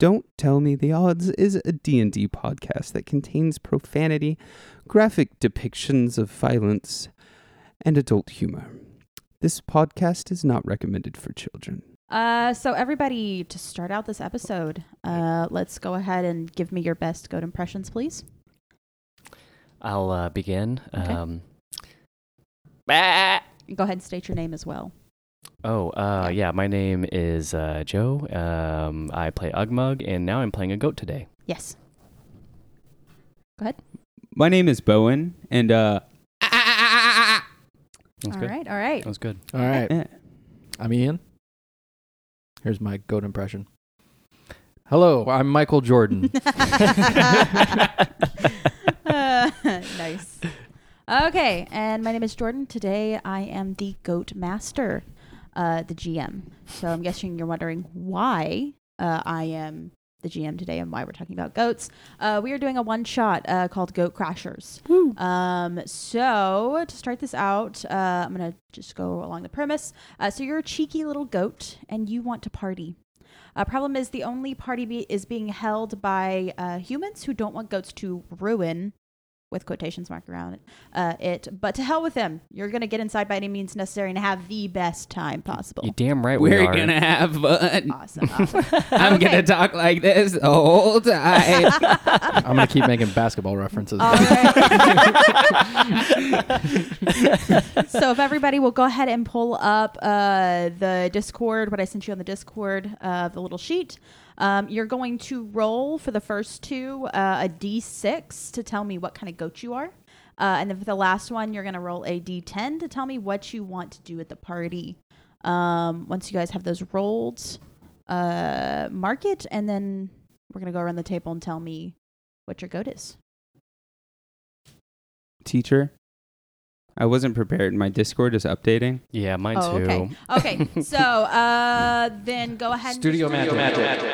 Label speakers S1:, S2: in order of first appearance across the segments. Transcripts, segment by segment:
S1: Don't Tell Me the Odds is a D&D podcast that contains profanity, graphic depictions of violence, and adult humor. This podcast is not recommended for children.
S2: Uh, so everybody, to start out this episode, uh, let's go ahead and give me your best goat impressions, please.
S3: I'll uh, begin.
S2: Okay.
S3: Um, Bah!
S1: Ah!
S2: Go ahead and state your name as well.
S3: Oh, uh, yeah. My name is uh, Joe. Um, I play Ugmug, and now I'm playing a goat today.
S2: Yes.
S1: My name is Bowen, and uh, Ah!
S3: That was
S2: All
S3: good.
S2: right. All right.
S3: That was good.
S4: All right.
S1: eh,
S4: I'm Ian. Here's my goat impression. Hello, I'm Michael Jordan.
S2: Uh, nice. Okay, and my name is Jordan. Today I am the goat master, uh, the GM. So I'm guessing you're wondering why uh, I am the GM today and why we're talking about goats. Uh, we are doing a one shot uh, called Goat Crashers. Um, so to start this out, uh, I'm gonna just go along the premise. Uh, so you're a cheeky little goat and you want to party. Uh, problem is the only party be- is being held by uh, humans who don't want goats to ruin, with quotations marked around it. Uh, it but to hell with them. You're gonna get inside by any means necessary and have the best time possible.
S3: You damn right we
S1: we're
S3: are.
S1: gonna have fun.
S2: Awesome. awesome.
S1: I'm
S2: Okay.
S1: gonna talk like this the whole time.
S4: I'm going to keep making basketball references.
S2: All right. so if everybody will go ahead and pull up uh, the Discord, what I sent you on the Discord, uh, the little sheet. Um, you're going to roll for the first two uh, a d6 to tell me what kind of goat you are. Uh, and then for the last one, you're going to roll a d10 to tell me what you want to do at the party. Um, once you guys have those rolled, uh, mark it, and then we're going to go around the table and tell me what your goat is.
S1: Teacher, I wasn't prepared. My Discord is updating.
S3: Yeah, mine
S2: Oh,
S3: too.
S2: okay. Okay, so uh, then go ahead. and-
S4: Studio Magic.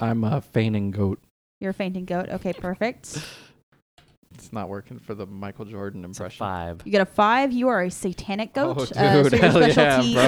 S4: I'm a feigning goat.
S2: You're a fainting goat. Okay, perfect.
S4: It's not working for the Michael Jordan
S3: It's a
S4: impression.
S3: five.
S2: You get a five. You are a satanic goat.
S4: Oh,
S2: uh,
S4: dude,
S2: so your
S4: hell yeah,
S2: specialty
S4: bro.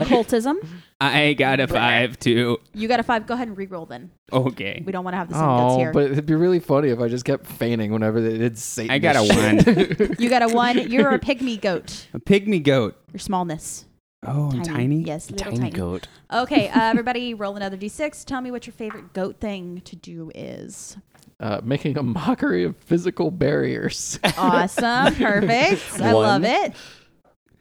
S2: is occultism.
S1: I got a five too.
S2: You got a five. Go ahead and re-roll then.
S1: Okay,
S2: We don't want to have the same goats
S4: Oh,
S2: here.
S4: but it'd be really funny if I just kept feigning whenever they did Satan.
S1: I got a one.
S2: you got a one. You're a pygmy goat.
S1: a pygmy goat.
S2: Your smallness.
S1: Oh, I'm tiny.
S2: Yes, little
S3: Tiny,
S2: tiny.
S3: goat.
S2: Okay, uh, everybody, roll another d6. Tell me what your favorite goat thing to do is.
S4: Uh, making a mockery of physical barriers.
S2: Awesome. Perfect. I
S3: One.
S2: love it.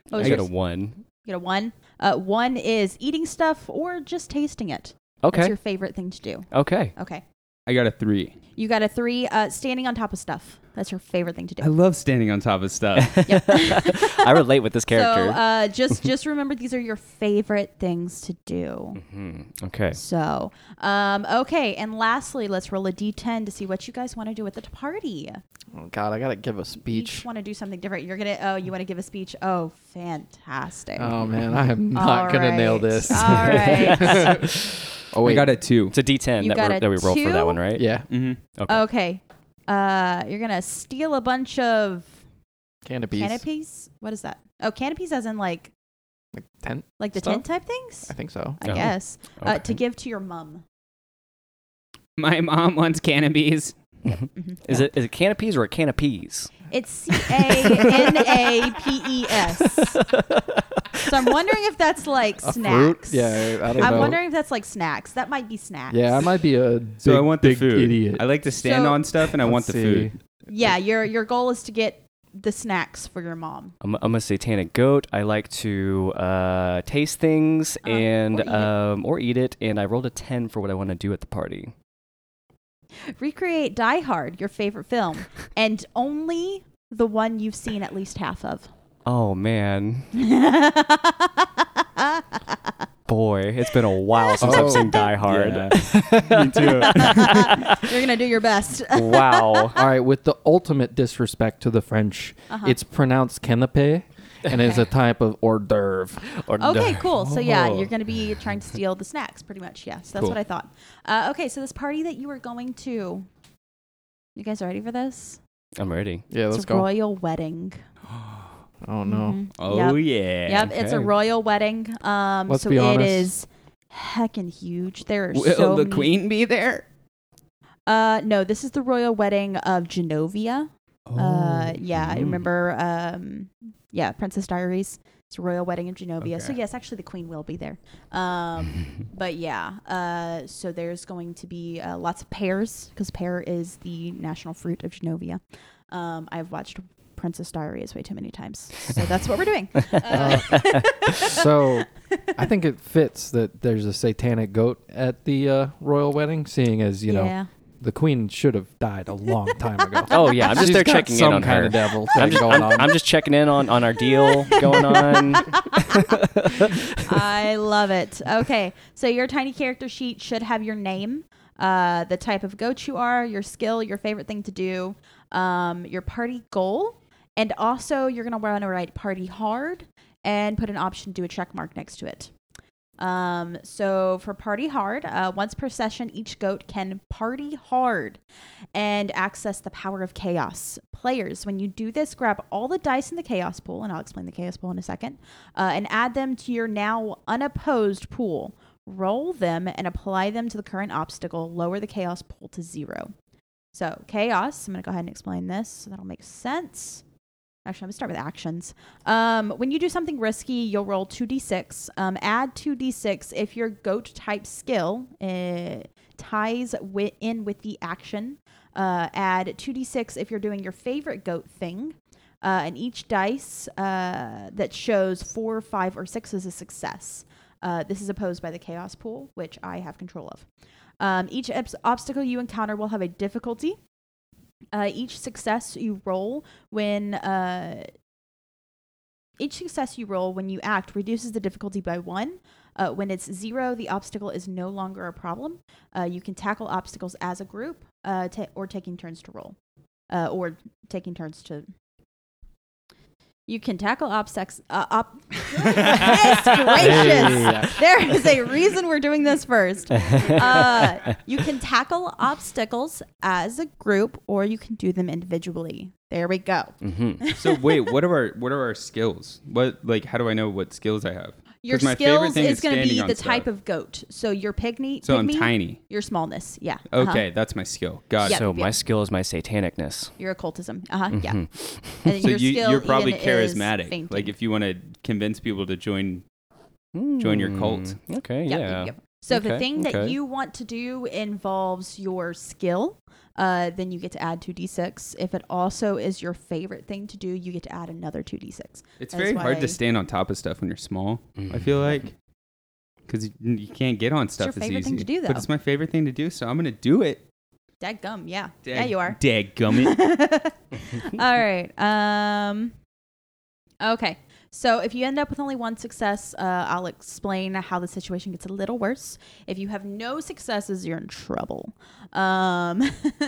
S2: What was
S3: I got
S2: Oh, yours?
S3: a one.
S2: You know, one. Uh, one is eating stuff or just tasting it. That's
S3: Okay.
S2: your favorite thing to do.
S3: okay.
S2: Okay.
S1: I got a three.
S2: You got a three. Uh, standing on top of stuff. That's your favorite thing to
S1: I
S4: Oh,
S2: do.
S1: love standing on top of stuff.
S3: I relate with this character.
S2: So uh, just just remember these are your favorite things to do.
S3: Mhm. Okay.
S2: So um, okay, and lastly, let's roll a d10 to see what you guys want to do at the party.
S4: oh, God, I got to give a
S2: Each
S4: speech.
S2: want to do something different. You're gonna oh, you want to give a speech. Oh, fantastic.
S4: Oh, man, I am not
S2: All
S4: going to nail
S2: right.
S4: this.
S2: All right.
S4: oh,
S1: I
S4: wait.
S1: got a two.
S3: It's a D10
S2: You
S3: that,
S2: got
S3: we're,
S2: a
S3: that we rolled for
S2: two?
S3: that one, right?
S4: Yeah,
S1: Mm-hmm.
S3: Okay.
S2: okay. Uh, you're gonna steal a bunch of
S4: canopies.
S2: canopies. What is that? Oh, canopies, as in like
S4: Like tent?
S2: like the
S4: Stuff?
S2: tent type things.
S4: I think so.
S2: I
S3: Oh,
S2: guess uh, to
S3: Okay.
S2: give to your mum.
S1: My mom wants cannabis.
S3: Mm-hmm.
S2: Mm-hmm.
S3: Is it is it canopies or canopies?
S2: It's C A N A P E S. So I'm wondering if that's like
S4: A fruit?
S2: snacks.
S4: Yeah, I don't
S2: I'm
S4: know.
S2: wondering if that's like snacks. That might be snacks.
S4: Yeah, I might be a
S1: So
S4: big,
S1: I want the
S4: big
S1: food.
S4: idiot.
S1: I like to stand
S2: So-
S1: on stuff and I want the food.
S2: Yeah, your your goal is to get the snacks for your mom.
S3: I'm, I'm a satanic goat. I like to uh, taste things
S2: Uh, or
S3: and
S2: eat it.
S3: um, or eat it. And I rolled a ten for what I want to do at the party.
S2: Recreate Die Hard, your favorite film, and only the one you've seen at least half of.
S3: Oh man, boy, it's been a while since
S4: Oh.
S3: I've seen Die Hard.
S1: Me too.
S2: You're gonna do your best.
S3: wow.
S4: All right, with the ultimate disrespect to the French,
S2: Uh-huh.
S4: it's pronounced canapé and is a type of hors d'oeuvre.
S3: Or
S2: Okay, cool. So yeah,
S3: Oh.
S2: you're going to be trying to steal the snacks, pretty much. Yes, that's
S1: Cool.
S2: what I thought. Uh, okay, so this party that you were going to, you guys ready for this?
S3: I'm ready.
S4: Yeah, let's
S2: it's a
S4: go.
S2: royal wedding.
S4: Oh no.
S2: Mhm.
S1: Oh
S2: yep.
S1: yeah.
S5: Oh,
S2: Yep, it's a
S3: Okay.
S2: royal wedding. Um,
S4: Let's
S2: so
S4: be
S2: it
S4: honest.
S2: is heckin' huge. There are
S1: Will
S2: so
S1: the
S2: many-
S1: queen be there?
S2: Uh, no, this is the royal wedding of Genovia. Uh, yeah, I
S3: mm.
S2: remember. Um, yeah, Princess Diaries. It's a royal wedding of Genovia. So
S1: Okay.
S2: yes, actually, the queen will be there. Um, but yeah, uh, so there's going to be uh, lots of pears because pear is the national fruit of Genovia. Um, I've watched Princess Diaries way too many times, so that's what we're doing. Uh,
S4: so I think it fits that there's a satanic goat at the uh, royal wedding, seeing as you know
S2: yeah.
S4: the queen should have died a long time ago.
S3: oh yeah, I'm just
S4: She's
S3: there
S4: got
S3: checking
S4: some
S3: in on
S4: kind
S3: her.
S4: of devil thing
S3: I'm just,
S4: going
S3: I'm,
S4: on.
S3: I'm just checking in on, on our deal going on.
S2: I love it. Okay, so your tiny character sheet should have your name, uh, the type of goat you are, your skill, your favorite thing to do, um, your party goal, and also you're gonna want to write party hard and put an option to do a check mark next to it. Um, so for party hard, uh, once per session, each goat can party hard and access the power of chaos. Players, when you do this, grab all the dice in the chaos pool, and I'll explain the chaos pool in a second, uh, and add them to your now unopposed pool. Roll them and apply them to the current obstacle. Lower the chaos pool to zero. So, chaos, I'm going to go ahead and explain this so that'll make sense. Actually, I'm going to start with actions. Um, when you do something risky, you'll roll 2d6. Um, add 2d6 if your goat type skill uh, ties wi- in with the action. Uh, add 2d6 if you're doing your favorite goat thing. Uh, and each dice uh, that shows four, five, or six is a success. Uh, this is opposed by the chaos pool, which I have control of. Um, each obs- obstacle you encounter will have a difficulty. Uh, each success you roll when uh, each success you roll when you act reduces the difficulty by one. Uh, when it's zero, the obstacle is no longer a problem. Uh, you can tackle obstacles as a group, uh, ta- or taking turns to roll, uh, or taking turns to. You can tackle obstacles. Uh, ob- Goodness gracious! There is a reason we're doing this first. Uh, you can tackle obstacles as a group, or you can do them individually. There we go.
S3: hmm
S1: so wait, what are our what are our skills? What like how do I know what skills I have?
S2: Your
S1: 'Cause my favorite
S2: skills
S1: thing
S2: is
S1: is
S2: going to be
S1: standing on
S2: the
S1: stuff.
S2: type of goat. So your pygmy,
S1: So I'm
S2: pygmy,
S1: tiny.
S2: your smallness. Yeah. uh-huh.
S1: Okay, that's my skill. Got
S2: Yep,
S1: it.
S3: so my
S2: yep.
S3: skill is my satanicness.
S2: Your occultism. Uh huh. Yeah. And
S3: Mhm.
S2: then
S1: Mm-hmm. So
S2: your
S1: you,
S2: skill
S1: you're probably
S2: even is
S1: charismatic.
S2: fainting.
S1: Like if you want to convince people to join, Join your cult.
S3: Mm, Okay,
S2: Yep, yep,
S3: yeah.
S2: yep. So if the
S3: Okay,
S2: thing that
S3: okay.
S2: you want to do involves your skill, uh, then you get to add two d6. If it also is your favorite thing to do, you get to add another two d6.
S1: it's
S2: That's
S1: very hard
S2: why-
S1: to stand on top of stuff when you're small.
S4: Mm-hmm.
S3: Mm-hmm.
S1: I feel like because you, you can't get on stuff
S2: your
S1: as
S2: favorite
S1: easy.
S2: thing to do,
S1: But
S2: though.
S1: it's my favorite thing to do, so I'm gonna do it.
S2: Dag gum. Yeah.
S1: Dag,
S2: yeah, you are.
S1: Dag gummit.
S2: All right. Um, okay. So if you end up with only one success, uh, I'll explain how the situation gets a little worse. If you have no successes, you're in trouble. Um,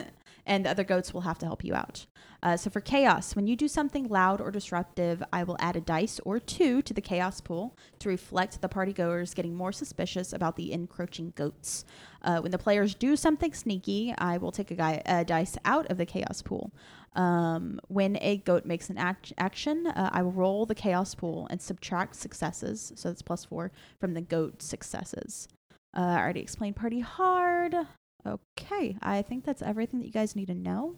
S2: and the other goats will have to help you out. Uh, so for chaos, when you do something loud or disruptive, I will add a dice or two to the chaos pool to reflect the party goers getting more suspicious about the encroaching goats. Uh, when the players do something sneaky, I will take a, guy, a dice out of the chaos pool. Um, when a goat makes an act- action, uh, I will roll the chaos pool and subtract successes, so that's plus four, from the goat successes. Uh, I already explained party hard. Okay, I think that's everything that you guys need to know.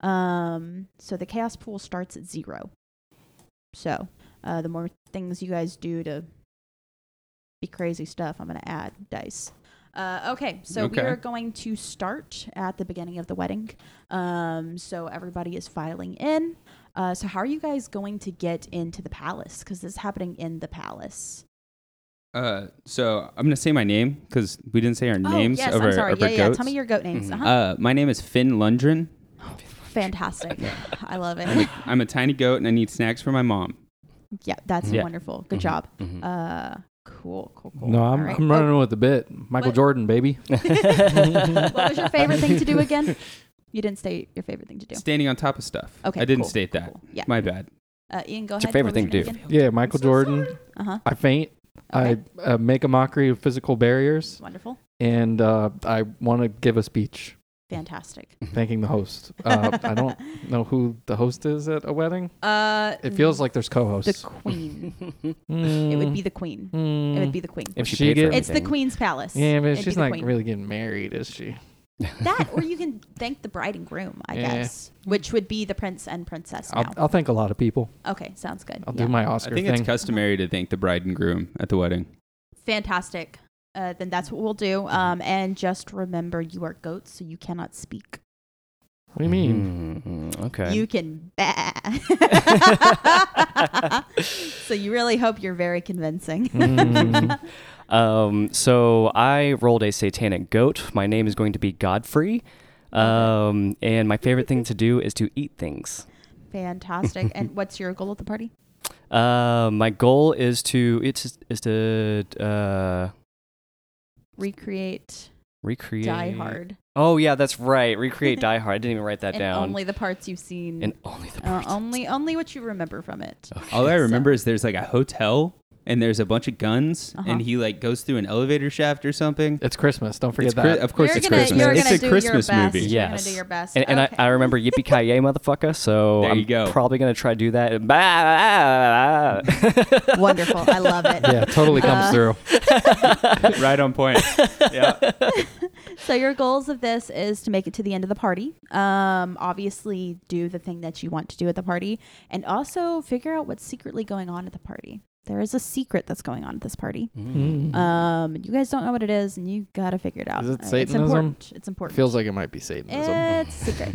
S2: Um, so the chaos pool starts at zero. So uh, the more things you guys do to be crazy stuff, I'm going to add dice. Uh, okay, so we
S1: Okay.
S2: are going to start at the beginning of the wedding. Um, so everybody is filing in. Uh, so how are you guys going to get into the palace? Because this is happening in the palace.
S1: Uh, so I'm gonna say my name because we didn't say our names
S2: oh, yes,
S1: of our,
S2: I'm sorry.
S1: of
S2: Yeah,
S1: our
S2: yeah.
S1: goats.
S2: Tell me your goat names.
S3: Mhm.
S4: Mm-hmm.
S2: Uh-huh.
S1: uh, my name is Finn Lundgren.
S2: Fantastic. I love
S1: I'm
S2: it.
S1: a, I'm a tiny goat and I need snacks for my mom.
S2: Yeah, that's
S1: Yeah.
S2: wonderful. Good
S3: Mhm.
S2: job.
S3: Mhm.
S2: Uh, cool, cool, cool.
S4: Mm-hmm. no,
S2: All
S4: I'm,
S2: right.
S4: I'm running with the bit. Michael
S2: What-
S4: Jordan, baby.
S2: Oh, Uh, what was your favorite thing to do again? You didn't state your favorite thing to do.
S1: Standing on top of stuff.
S2: Okay,
S1: I didn't
S2: cool,
S1: state
S2: cool,
S1: that.
S2: cool. Yeah.
S1: My bad.
S2: Uh, Ian, go
S3: What's your
S2: ahead.
S3: favorite thing to do?
S4: Yeah, Michael Jordan.
S2: Uh huh.
S4: I faint.
S2: Oh, Okay.
S4: I uh, make a mockery of physical barriers,
S2: Wonderful.
S4: and uh, I want to give a speech.
S2: Fantastic.
S4: Thanking the host. Uh, I don't know who the host is at a wedding.
S2: Uh,
S4: It feels like there's
S2: the
S4: co-hosts.
S2: queen.
S4: Mm,
S2: It would be the queen.
S4: mm.
S2: It would be the queen.
S3: If she,
S4: She
S3: paid for
S4: get-
S2: It's the
S3: everything.
S2: queen's palace.
S4: Yeah, but
S2: It'd be
S4: she's
S2: the
S4: not
S2: queen.
S4: really getting married, is she?
S2: That, or you can thank the bride and groom, I
S4: Yeah.
S2: guess, which would be the prince and princess
S4: I'll,
S2: now.
S4: I'll thank a lot of people.
S2: okay, sounds good.
S4: I'll
S2: Yeah.
S4: do my
S1: I
S4: Oscar
S1: think
S4: thing.
S1: it's customary to thank the bride and groom at the wedding.
S2: Fantastic. Uh, then that's what we'll do. Um, and just remember, you are goats, so you cannot speak.
S4: what do you mean?
S3: Mm, okay.
S2: You can bah. so you really hope you're very convincing.
S4: Mm.
S3: Um, so I rolled a satanic goat. My name is going to be Godfrey. Um, and my favorite thing to do is to eat things.
S2: Fantastic. And what's your goal at the party?
S3: Uh, my goal is to it's is to uh,
S2: Recreate
S3: recreate
S2: Die Hard.
S3: Oh yeah, that's right. Recreate Die Hard. I didn't even write that
S2: and
S3: down.
S2: only the parts you've seen.
S3: and only the
S2: uh,
S3: part.
S2: only only what you remember from it.
S1: All I remember is there's like a hotel and there's a bunch of guns
S2: Uh-huh.
S1: and he like goes through an elevator shaft or something.
S4: It's Christmas. Don't forget
S1: It's Chri-
S4: that.
S1: of course,
S2: you're
S1: it's
S2: gonna,
S1: Christmas.
S2: You're
S1: it's
S2: gonna
S1: a
S2: do
S1: Christmas
S2: your best.
S1: movie.
S2: You're gonna
S3: Yes.
S2: do your best.
S3: And, and
S2: okay.
S3: I, I remember Yippee Ki Yay, motherfucker. So
S1: There
S3: I'm
S1: you go.
S3: probably gonna try to do that. Bah, ah, ah, ah.
S2: Wonderful. I love it.
S4: yeah, totally comes
S2: Uh,
S4: through.
S1: right on point. Yeah.
S2: So your goals of this is to make it to the end of the party. Um, obviously, do the thing that you want to do at the party, and also figure out what's secretly going on at the party. There is a secret that's going on at this party.
S4: Mm-hmm.
S3: Mm.
S2: Um, you guys don't know what it is, and you gotta figure it out.
S4: Is it
S2: Uh,
S4: Satanism?
S2: It's important. It's important.
S4: Feels like it might be Satanism.
S2: it's secret.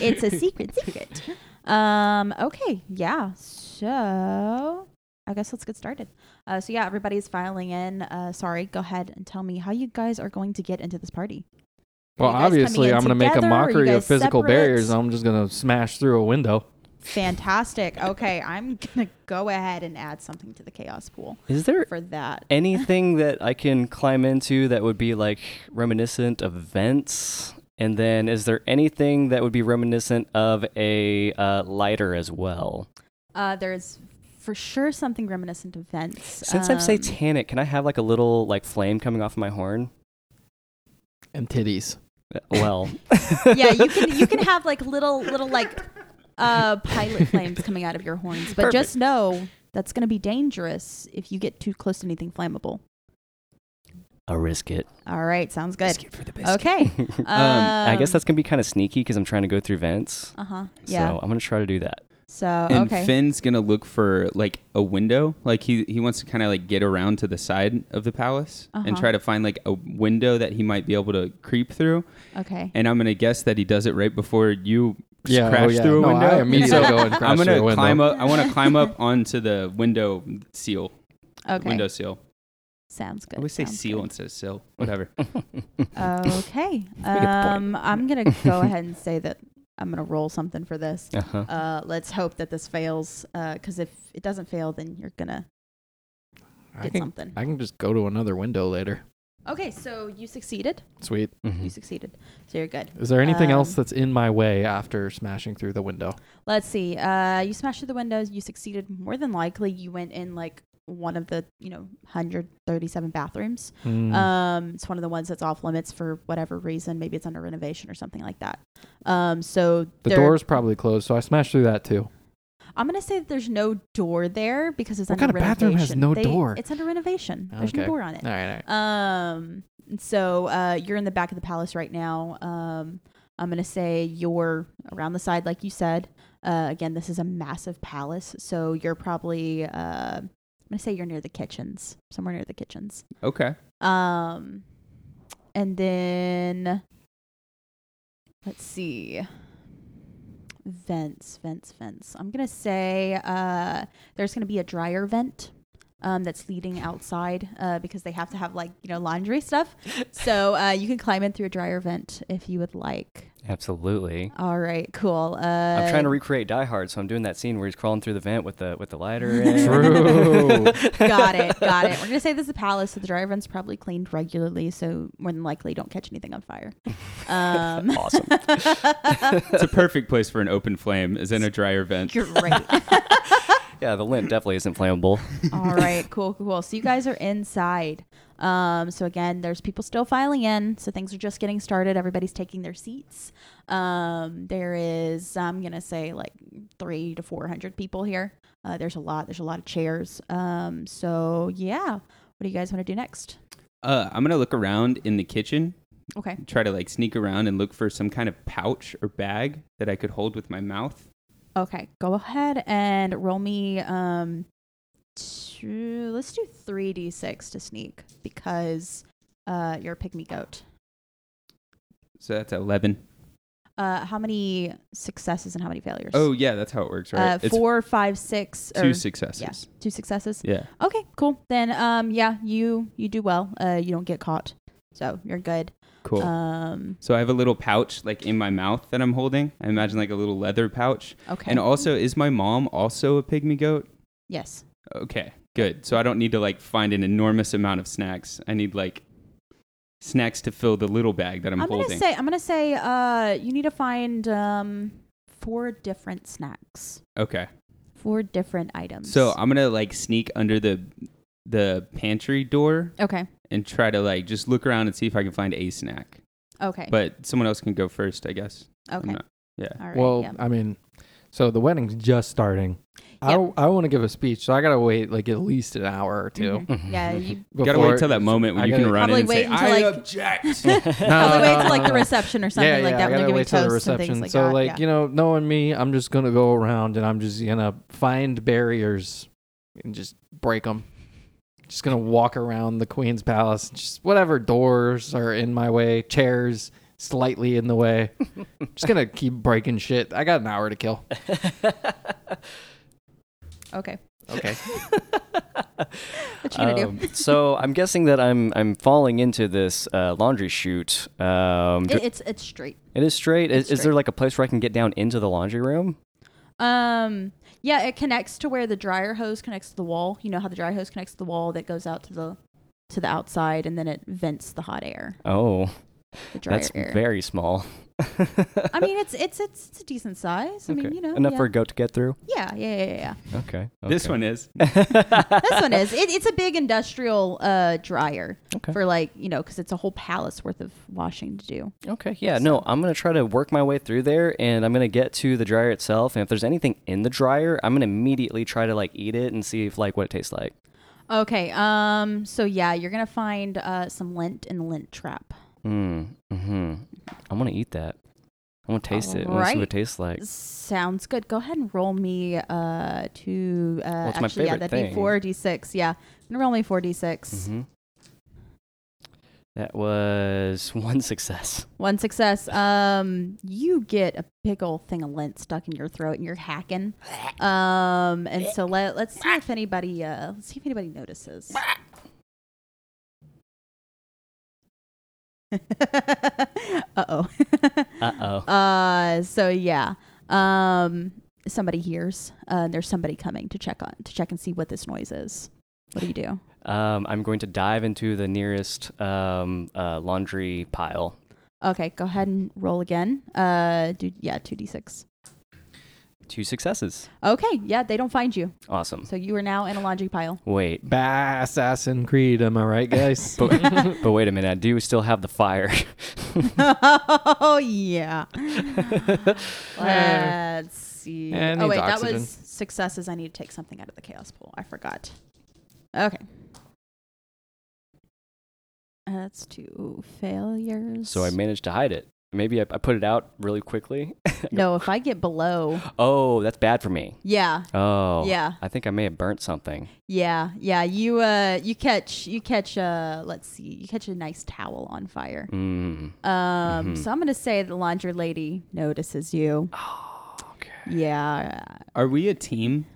S2: it's a secret, secret. Um, okay, yeah. So I guess let's get started. Uh, so yeah, everybody's filing in. Uh, sorry, go ahead and tell me how you guys are going to get into this party.
S4: well,
S2: you guys coming
S4: obviously,
S2: in
S4: I'm going to make a
S2: together? Are you
S4: mockery of
S2: guys
S4: physical
S2: separate?
S4: barriers. I'm just going to smash through a window.
S2: Fantastic. Okay, I'm gonna go ahead and add something to the chaos pool
S3: Is there
S2: for that.
S3: anything that I can climb into that would be like reminiscent of vents? And then is there anything that would be reminiscent of a uh, lighter as well?
S2: Uh, there's for sure something reminiscent of vents.
S3: Since
S2: Um,
S3: I'm satanic, can I have like a little like flame coming off my horn?
S4: And titties.
S3: Uh, Well,
S2: Um, yeah, you can you can have like little little like uh pilot flames coming out of your horns, but just know that's going to be dangerous if you get too close to anything flammable.
S3: I risk it.
S2: All right, sounds good.
S3: Risk it for the biscuit.
S2: Okay. Um,
S3: I guess that's gonna be kind of sneaky because I'm trying to go through vents.
S2: Uh huh. Yeah.
S3: So I'm gonna try to do that.
S2: So,
S1: And
S2: Oh, okay.
S1: Finn's gonna look for like a window. Like he he wants to kind of like get around to the side of the palace and
S2: Uh-huh.
S1: try to find like a window that he might be able to creep through.
S2: okay.
S1: And I'm gonna guess that he does it right before you s-
S4: Yeah, oh,
S1: crash
S4: yeah.
S1: through a
S4: No,
S1: window.
S4: I immediately
S1: So
S4: go and
S1: I'm
S4: crash through a
S1: gonna
S4: window.
S1: climb up. I want to climb up onto the window seal.
S2: Okay.
S1: Window seal.
S2: Sounds
S1: I
S2: good.
S1: always say
S2: sounds
S1: seal
S2: good.
S1: instead of sill. Whatever.
S2: Oh. Okay.
S3: the point.
S2: Um, I'm gonna go ahead and say that I'm gonna roll something for this.
S3: Uh-huh.
S2: Uh, let's hope that this fails. Uh, because if it doesn't fail, then you're gonna
S4: I
S2: get
S4: can,
S2: something.
S4: I can just go to another window later.
S2: Okay, so you succeeded.
S4: Sweet.
S2: You
S3: Mhm.
S2: succeeded. So you're good.
S4: Is there anything else
S2: Um,
S4: that's in my way after smashing through the window?
S2: Let's see. Uh, you smashed through the windows. You succeeded more than likely. You went in like one of the you know 137 bathrooms.
S4: Hmm.
S2: Um, it's one of the ones that's off limits for whatever reason. Maybe it's under renovation or something like that. Um, so
S4: the
S2: there-
S4: door's probably closed, so I smashed through that too.
S2: I'm gonna say that there's no door there because it's
S4: What
S2: under
S4: kind of bathroom has
S2: renovation.
S4: no
S2: They-
S4: door?
S2: It's under renovation. There's no
S4: Okay.
S2: door on it.
S4: All right, all right.
S2: Um, so uh, you're in the back of the palace right now. Um, I'm gonna say you're around the side, like you said. Uh, again, this is a massive palace, so you're probably uh, I'm gonna say you're near the kitchens, somewhere near the kitchens.
S1: Okay.
S2: Um, and then let's see. Vents, vents, vents. I'm gonna say uh, there's gonna be a dryer vent um, that's leading outside uh, because they have to have like you know laundry stuff. So uh, you can climb in through a dryer vent if you would like.
S3: Absolutely.
S2: All right, cool. Uh,
S3: I'm trying to recreate Die Hard, so I'm doing that scene where he's crawling through the vent with the with the
S2: Uh,
S3: lighter. and-
S4: True.
S2: got it, got it. We're gonna say this is a palace, so the dryer vent's probably cleaned regularly, so more than likely don't catch anything on fire. Um,
S3: awesome.
S1: It's a perfect place for an open flame, is in a dryer vent.
S2: Great.
S3: Yeah, the lint definitely isn't flammable.
S2: All right, cool, cool, cool. So you guys are inside. Um, so again, there's people still filing in, so things are just getting started. Everybody's taking their seats. Um, there is, I'm gonna say, like three to four hundred people here. Uh, there's a lot. There's a lot of chairs. Um, so yeah, what do you guys want to do next?
S5: Uh, I'm gonna look around in the kitchen,
S2: Okay,
S5: try to like sneak around and look for some kind of pouch or bag that I could hold with my mouth.
S2: okay, go ahead and roll me. Um, two, let's do three d six to sneak because uh, you're a pygmy goat.
S5: So that's eleven.
S2: Uh, how many successes and how many failures?
S5: Oh yeah, that's how it works, right?
S2: uh, four, five, six,
S5: it's
S2: or
S5: two successes.
S2: two successes.
S5: Yeah.
S2: Okay, cool. Then, um, yeah, you you do well. Uh, you don't get caught, so you're good.
S5: Cool.
S2: Um,
S5: so I have a little pouch like in my mouth that I'm holding. I imagine like a little leather pouch.
S2: okay.
S5: And also, is my mom also a pygmy goat?
S2: yes.
S5: Okay, good. So I don't need to like find an enormous amount of snacks. I need like snacks to fill the little bag that I'm,
S2: I'm, gonna
S5: holding.
S2: say I'm gonna say uh, you need to find um four different snacks,
S5: okay.
S2: four different items.
S5: So I'm gonna like sneak under the the pantry door
S2: okay,
S5: and try to like just look around and see if I can find a snack.
S2: okay,
S5: But someone else can go first, I guess. I'm
S2: okay.
S5: not- yeah.
S2: All right.
S4: well,
S2: yeah.
S4: I mean, so the wedding's just starting. I,
S2: Yep.
S4: w- I want to give a speech, so I gotta wait like at least an hour or 2
S2: Mhm. Yeah, you
S5: You gotta wait till that moment when
S4: I
S5: you can
S4: gotta-
S5: run in
S2: Probably
S5: and say,
S2: wait until,
S5: "I
S2: like-
S5: object."
S2: probably
S4: No,
S2: wait
S4: no,
S2: till like
S4: no,
S2: the
S4: no.
S2: reception or something like that
S4: I
S2: when they're
S4: gotta
S2: giving
S4: wait till the
S2: toasts and things like
S4: so
S2: that.
S4: like
S2: yeah.
S4: you know, knowing me, I'm just gonna go around and I'm just gonna find barriers and just break them. Just gonna walk around the queen's palace, just whatever doors are in my way, chairs slightly in the way. just gonna keep breaking shit. I got an hour to kill.
S2: okay,
S4: Okay.
S2: what you gonna do?
S3: Um, so I'm guessing that I'm I'm falling into this uh, laundry chute. Um,
S2: It, it's it's straight.
S3: it is straight. Is,
S2: it's
S3: is there like a place where I can get down into the laundry room?
S2: Um, yeah, it connects to where the dryer hose connects to the wall. You know how the dryer hose connects to the wall that goes out to the to the outside, and then it vents the hot air,
S3: Oh,
S2: the dryer
S3: that's
S2: air.
S3: very small.
S2: I mean, it's it's it's, it's a decent size. I mean, you know,
S3: enough
S2: yeah.
S3: for a goat to get through.
S2: yeah, yeah, yeah, yeah, yeah.
S3: Okay,
S5: This one is.
S2: This one is it, it's a big industrial uh dryer
S3: Okay.
S2: for like you know because it's a whole palace worth of washing to do.
S3: Okay, yeah, no, I'm gonna try to work my way through there, and I'm gonna get to the dryer itself. And if there's anything in the dryer, I'm gonna immediately try to like eat it and see if like what it tastes like.
S2: Okay, um, so yeah, you're gonna find uh some lint and lint trap.
S3: Mm, hmm. I want to eat that. I want to taste it. I want to see what
S2: Alright.
S3: it tastes like.
S2: Sounds good. Go ahead and roll me uh to uh
S3: it's my
S2: actually yeah,
S3: favorite
S2: that'd be
S3: thing.
S2: four D six, yeah. And roll me four D six.
S3: hmm That was one success.
S2: One success. Um you get a big old thing of lint stuck in your throat and you're hacking. Um and so let let's see if anybody uh let's see if anybody notices. uh oh.
S3: Uh oh.
S2: Uh, so yeah, um, somebody hears. Uh, there's somebody coming to check on to check and see what this noise is. What do you do?
S3: Um, I'm going to dive into the nearest um, uh, laundry pile.
S2: Okay, go ahead and roll again. Uh, do yeah, two d six.
S3: Two successes.
S2: Okay, yeah, they don't find you,
S3: Awesome.
S2: so you are now in a laundry pile.
S3: Wait,
S4: Bah, Assassin Creed, am I right, guys?
S3: but wait a minute. I do still have the fire.
S2: oh yeah. Let's see.
S4: Eh, it
S2: oh
S4: needs
S2: wait, that
S4: oxygen.
S2: was successes. I need to take something out of the chaos pool. I forgot. Okay. That's two failures.
S3: so I managed to hide it. Maybe I, I put it out really quickly.
S2: No, if I get below,
S3: Oh, that's bad for me.
S2: yeah,
S3: Oh.
S2: yeah,
S3: I think I may have burnt something.
S2: yeah, yeah. You uh, you catch, you catch. Uh, let's see, you catch a nice towel on fire.
S3: Mm.
S2: Um,
S3: Mhm.
S2: so I'm gonna say the laundry lady notices you.
S3: Oh, okay.
S2: Yeah.
S5: Are we a team?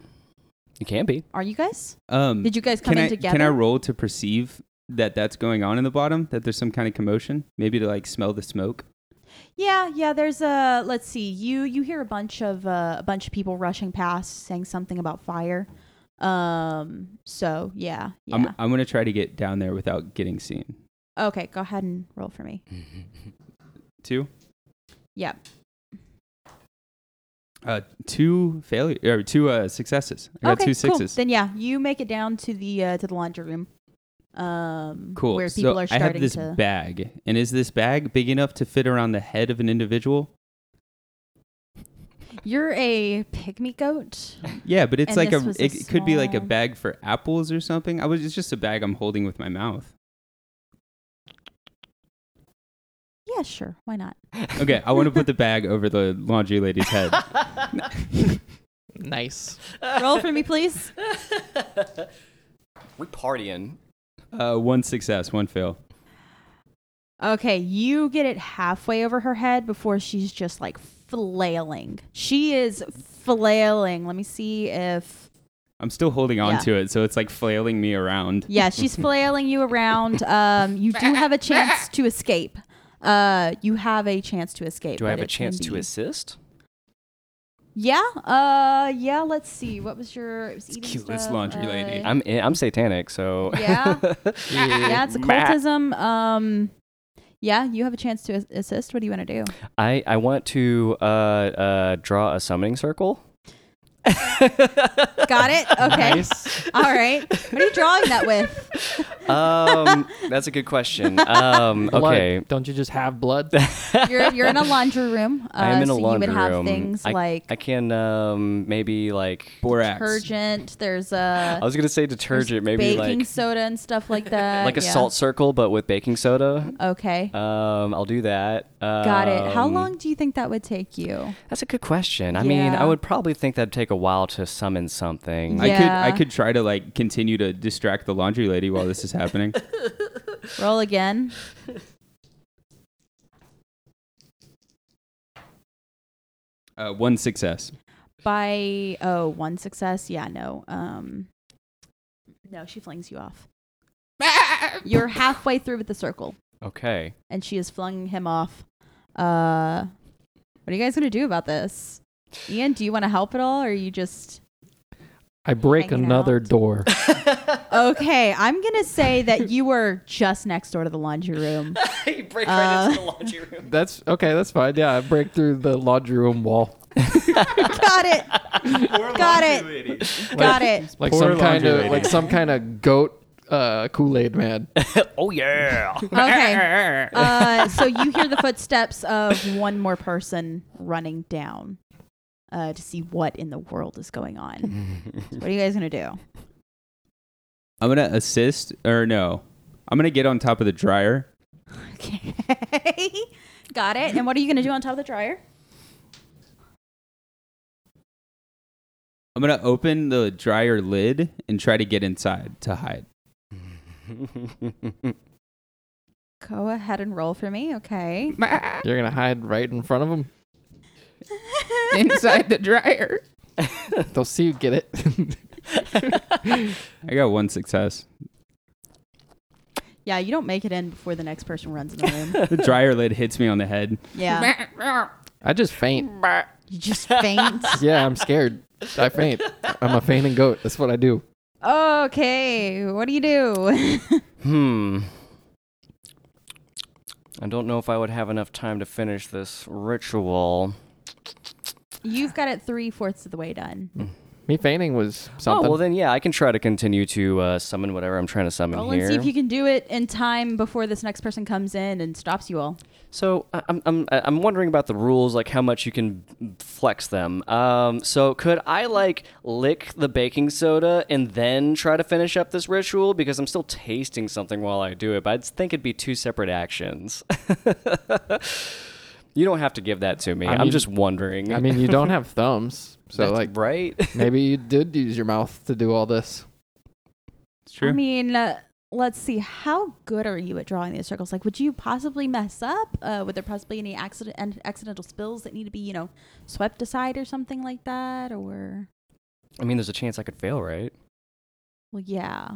S3: You can be.
S2: Are you guys?
S5: Um,
S2: Did you guys come
S5: can
S2: in
S5: I
S2: together?
S5: can I roll to perceive that that's going on in the bottom? That there's some kind of commotion? Maybe to like smell the smoke.
S2: Yeah, yeah. There's a let's see. You you hear a bunch of uh, a bunch of people rushing past, saying something about fire. Um. So yeah, yeah.
S5: I'm I'm gonna try to get down there without getting seen.
S2: okay, go ahead and roll for me.
S5: Two.
S2: Yep.
S5: Uh, two failure or two uh, successes. I got
S2: okay,
S5: two sixes.
S2: Cool. Then yeah, you make it down to the uh, to the laundry room. Um,
S5: Cool.
S2: Where people
S5: so
S2: are
S5: I
S2: starting
S5: have this
S2: to.
S5: bag, and is this bag big enough to fit around the head of an individual?
S2: You're a pygmy goat.
S5: Yeah, but it's
S2: And
S5: like
S2: this
S5: a,
S2: was a
S5: it could be like a
S2: small-
S5: bag for apples or something. I was it's just a bag I'm holding with my mouth.
S2: Yeah, sure. Why not?
S5: Okay, I want to put the bag over the laundry lady's head.
S4: Nice.
S2: Roll for me, please.
S3: we partying.
S5: Uh, one success, one fail.
S2: Okay, you get it halfway over her head before she's just like flailing. She is flailing. Let me see if
S5: I'm still holding on
S2: Yeah.
S5: to it, so it's like flailing me around.
S2: yeah, she's flailing you around. Um, you do have a chance to escape. Uh, you have a chance to escape.
S3: Do
S2: but
S3: I have a
S2: it's
S3: chance
S2: gonna
S3: to
S2: be-
S3: assist?
S2: Yeah. Uh, yeah. Let's see. What was your? It was eating
S5: cute, this
S2: stuff,
S5: laundry lady.
S2: uh,
S3: I'm eh, I'm satanic, so
S2: Yeah. yeah, it's occultism. Um, yeah, you have a chance to as- assist. What do you want to do?
S3: I I want to uh, uh, draw a summoning circle.
S2: Got it. Okay.
S4: Nice.
S2: All right. What are you drawing that with?
S3: Um, that's a good question. Um,
S4: Blood.
S3: okay,
S4: Don't you just have blood?
S2: You're you're in a laundry room. Uh,
S3: I am in a
S2: so
S3: laundry
S2: you would have
S3: room.
S2: things
S3: I,
S2: like
S3: I can um maybe like
S5: Borax.
S2: detergent. There's
S3: I
S2: a
S3: was gonna say detergent, Oh, maybe
S2: baking
S3: like
S2: soda and stuff like that.
S3: like a
S2: yeah.
S3: salt circle, but with baking soda.
S2: Okay.
S3: Um, I'll do that. Um,
S2: Got it. How long do you think that would take you?
S3: That's a good question. I mean,
S2: Yeah.
S3: I would probably think that'd take a while to summon something.
S2: Yeah.
S3: I,
S5: I could I could try to like continue to distract the laundry lady while this is happening.
S2: Roll again.
S5: Uh, one success.
S2: by oh one success yeah no um no she flings you off you're halfway through with the circle
S3: okay.
S2: and she has flung him off uh what are you guys gonna do about this ian do you want to help at all or are you just
S4: I break
S2: Hanging
S4: another
S2: out.
S4: door.
S2: okay i'm gonna say that you were just next door to the laundry room Uh,
S3: you break
S2: right into
S3: the laundry room.
S4: That's okay. That's fine. Yeah, I break through the laundry room wall.
S2: got it got it got it
S4: like
S5: Poor
S4: some kind
S5: laundry
S4: of
S5: lady.
S4: like some kind of goat uh, Kool Aid man.
S3: Oh yeah.
S2: Okay. uh, so you hear the footsteps of one more person running down uh, to see what in the world is going
S3: Mm-hmm.
S2: on. What are you guys gonna do?
S5: I'm gonna assist or no. I'm gonna get on top of the dryer.
S2: Okay, got it. And what are you gonna do on top of the dryer?
S5: I'm gonna open the dryer lid and try to get inside to hide.
S2: Go ahead and roll for me. Okay.
S4: You're gonna hide right in front of them.
S5: Inside the dryer.
S4: They'll see you get it.
S5: I got one success.
S2: Yeah, you don't make it in before the next person runs in the room.
S5: The dryer lid hits me on the head.
S2: Yeah,
S4: I just faint.
S2: you just faint.
S4: Yeah, I'm scared. I faint. I'm a fainting goat. That's what I do.
S2: Okay, what do you do?
S3: hmm. I don't know if I would have enough time to finish this ritual.
S2: You've got it three fourths of the way done.
S4: Mhm. Me fainting was something.
S3: Oh well, then yeah, I can try to continue to uh, summon whatever I'm trying to summon
S2: Roll
S3: here.
S2: and Oh, see if you can do it in time before this next person comes in and stops you all.
S3: So I- I'm I'm I'm wondering about the rules, like how much you can flex them. Um, so could I like lick the baking soda and then try to finish up this ritual because I'm still tasting something while I do it, but I'd think it'd be two separate actions. you don't have to give that to me.
S4: I
S3: I am
S4: mean-
S3: just wondering.
S4: I mean, you don't have thumbs, so
S3: That's
S4: like
S3: right.
S4: maybe you did use your mouth to do all this.
S5: It's true.
S2: I mean, uh, let's see. How good are you at drawing these circles? Like, would you possibly mess up? Uh, would there possibly any accident and accidental spills that need to be, you know, swept aside or something like that? Or
S3: I mean, there's a chance I could fail, right?
S2: well, yeah.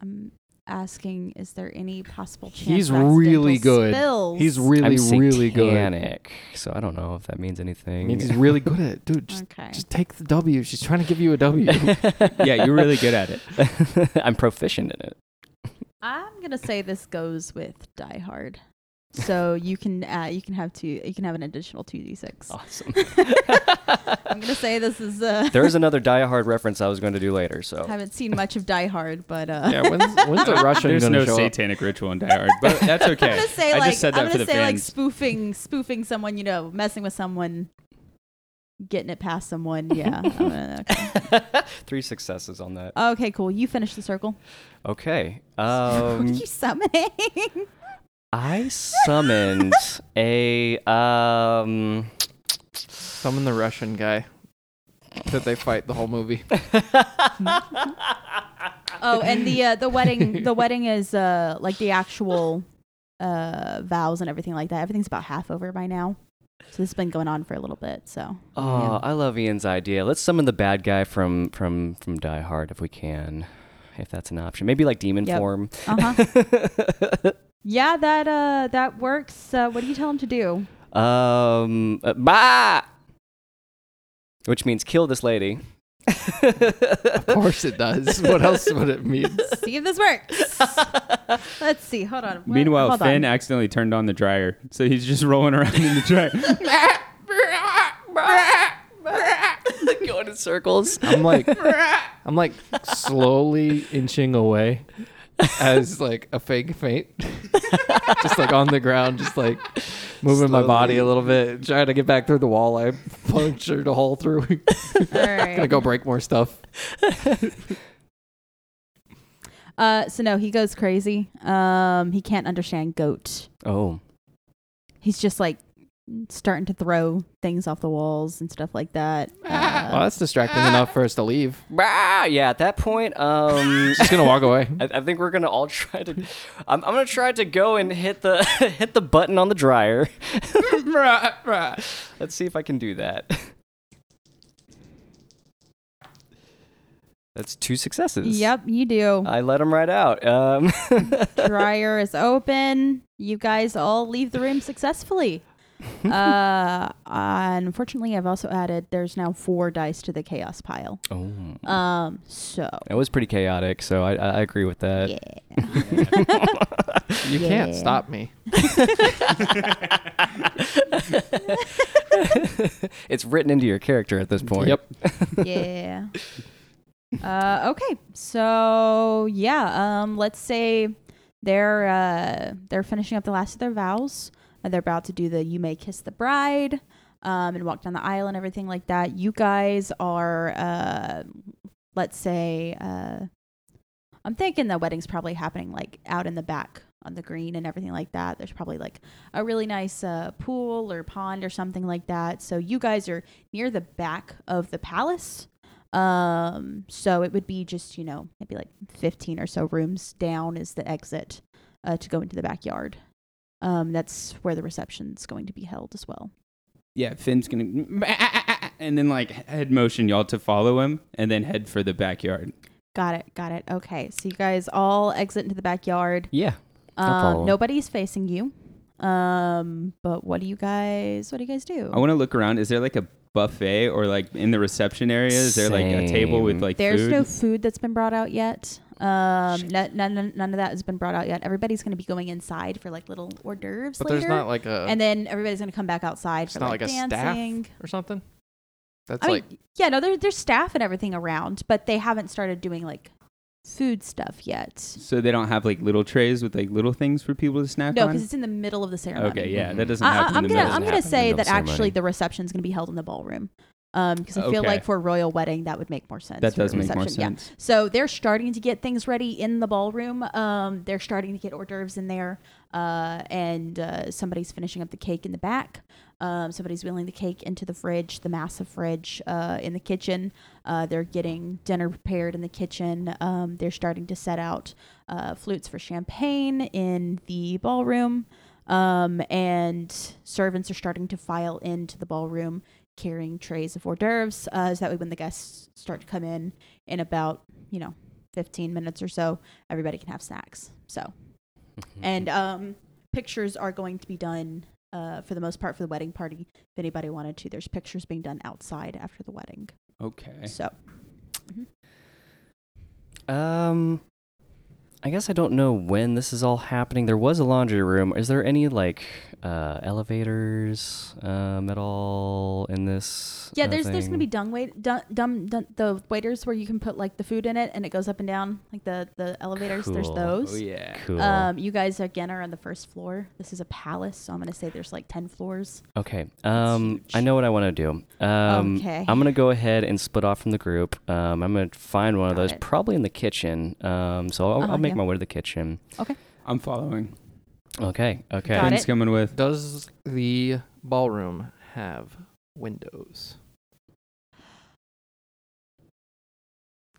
S2: I'm asking, is there any possible chance?
S4: He's
S2: of accidental
S4: really good.
S2: Spills?
S4: He's really,
S3: I'm
S4: really good.
S3: satanic, So I don't know if that means anything.
S4: Means he's really good at it, dude. Just,
S2: okay.
S4: just take the W. She's trying to give Oh, you a W.
S5: yeah, you're really good at it.
S3: I'm proficient in it.
S2: I'm gonna say this goes with Die Hard. so you can uh, you can have two you can have an additional two d six.
S5: Oh.
S3: Awesome.
S2: I'm gonna say this is uh,
S3: There is another Die Hard reference I was going to do later.
S5: Oh.
S3: So
S2: haven't seen much of Die Hard, but uh,
S4: Yeah, when's, when's the Russian
S5: There's
S4: gonna
S5: no
S4: show up?
S5: satanic ritual in Die Hard, but that's okay.
S2: I'm gonna say
S5: I
S2: like
S5: just said that
S2: I'm
S5: for
S2: gonna
S5: the
S2: say like
S5: fans.
S2: spoofing spoofing someone, you know, messing with someone, getting it past someone. Yeah. I'm gonna- okay.
S3: three successes on that.
S2: okay, cool. You finish the circle.
S3: Okay.
S2: What are
S3: Um,
S2: you summoning?
S3: I summoned a um.
S4: Summon the Russian guy that they fight the whole movie.
S2: oh, and the uh, the wedding the wedding is uh like the actual uh vows and everything like that. Everything's about half over by now. So this has been going on for a little bit. So
S3: Oh, I love Ian's idea. Let's summon the bad guy from from from Die Hard if we can, if that's an option. Maybe like demon
S2: Yep.
S3: form.
S2: uh huh. yeah, that uh that works. Uh, what do you tell him to do?
S3: um, uh, bah! Which means kill this lady.
S4: Of course it does. What else would it mean?
S2: see if this works. Let's see. Hold on. What-
S5: Meanwhile,
S2: Hold
S5: Finn uh,
S2: on.
S5: accidentally turned on the dryer, so he's just rolling around in the dryer.
S3: Going in circles.
S4: I'm like, I'm like slowly inching away as like a fake faint, just like on the ground, just like moving my body a little bit, trying to get back through the wall. I punctured a hole through.
S2: All right.
S4: Gonna go break more stuff.
S2: Uh, so no, he goes crazy. Um, he can't understand goat.
S3: Oh,
S2: He's just like starting to throw things off the walls and stuff like that. Uh,
S4: Well, that's distracting enough for us to leave.
S3: bah! Yeah. At that point, um.
S4: Just gonna walk away.
S3: I, I think we're gonna all try to. I'm, I'm gonna try to go and hit the hit the button on the dryer. Let's see if I can do that. That's two successes.
S2: yep, you do.
S3: I let him right out. Um,
S2: Dryer is open. You guys all leave the room successfully. uh, unfortunately, I've also added there's now four dice to the chaos pile.
S3: oh,
S2: Um, so
S3: that was pretty chaotic. So I, I I agree with that.
S2: yeah.
S4: Uh, You can't
S2: Yeah.
S4: stop me.
S3: It's written into your character at this point.
S4: Yep.
S2: yeah. Uh, okay, so yeah, um, let's say they're uh, they're finishing up the last of their vows. And they're about to do the "You May Kiss the Bride" um, and walk down the aisle and everything like that. You guys are, uh, let's say, uh, I'm thinking the wedding's probably happening like out in the back on the green and everything like that. There's probably like a really nice uh, pool or pond or something like that. So you guys are near the back of the palace. Um, so it would be just, you know, maybe like 15 or so rooms down is the exit uh, to go into the backyard. Um, that's where the reception's going to be held as well.
S5: yeah, Finn's gonna and then like head motion y'all to follow him, and then head for the backyard.
S2: Got it. Got it. Okay. So you guys all exit into the backyard.
S3: Yeah. I'll follow.
S2: Um, nobody's facing you. Um, but what do you guys, what do you guys do?
S5: I want to look around. Is there like a buffet or like in the reception area? Is there like a table with
S3: Same.
S5: like
S2: There's
S5: food?
S2: no food that's been brought out yet. Um, no, none, none of that has been brought out yet. Everybody's going to be going inside for like little hors d'oeuvres
S4: But
S2: later.
S4: there's not like a.
S2: and then everybody's gonna come back outside
S4: Uh, it's
S2: for
S4: not
S2: like,
S4: like, a
S2: dancing.
S4: staff or something. That's
S2: I mean,
S4: like
S2: yeah, no, there, there's staff and everything around, but they haven't started doing like food stuff yet.
S5: so they don't have like little trays with like little things for people to snack
S2: No,
S5: on.
S2: because it's in the middle of the ceremony.
S5: Okay, yeah,
S3: Mm-hmm.
S5: that doesn't
S2: I,
S5: happen.
S2: I, am
S5: in the
S2: gonna
S5: middle.
S2: I'm gonna
S3: happen in the
S2: say
S3: middle of
S2: that
S3: the ceremony.
S2: actually the reception's gonna be held in the ballroom, because I
S5: Okay.
S2: feel like for a royal wedding that would make more sense.
S5: that
S2: for
S5: does
S2: the
S5: make more
S2: reception, yeah.
S5: sense.
S2: So they're starting to get things ready in the ballroom. Um, they're starting to get hors d'oeuvres in there, uh, and uh, somebody's finishing up the cake in the back. Um, somebody's wheeling the cake into the fridge, the massive fridge uh, in the kitchen. Uh, they're getting dinner prepared in the kitchen. Um, they're starting to set out uh, flutes for champagne in the ballroom. Um, and servants are starting to file into the ballroom carrying trays of hors d'oeuvres. Uh, so that way, when the guests start to come in, in about you know 15 minutes or so everybody can have snacks so
S3: Mm-hmm.
S2: and um pictures are going to be done uh, for the most part for the wedding party if anybody wanted to there's pictures being done outside after the wedding mm-hmm.
S5: Okay.
S2: so
S3: Um, I guess I don't know when this is all happening. There was a laundry room. Is there any like uh, elevators um, at all in this?
S2: Yeah,
S3: uh,
S2: there's there's gonna
S3: thing?
S2: be dung wait dun, dum, dun, the waiters where you can put like the food in it and it goes up and down like the the elevators. There's
S3: Cool.
S2: those.
S5: Oh, yeah.
S3: cool.
S2: Um, you guys again are on the first floor. This is a palace, so I'm gonna say there's like ten floors.
S3: Okay. Um, I
S2: huge.
S3: know what I want to do. Um,
S2: Okay.
S3: I'm gonna go ahead and split off from the group. Um, I'm gonna find one of
S2: Got
S3: those,
S2: it.
S3: probably in the kitchen. Um, so I'll,
S2: Uh-huh,
S3: I'll make
S2: yeah.
S3: my way to the kitchen.
S5: I'm following.
S3: Okay. Okay.
S2: Got
S5: Finn's
S2: it.
S5: coming with.
S4: Does the ballroom have windows?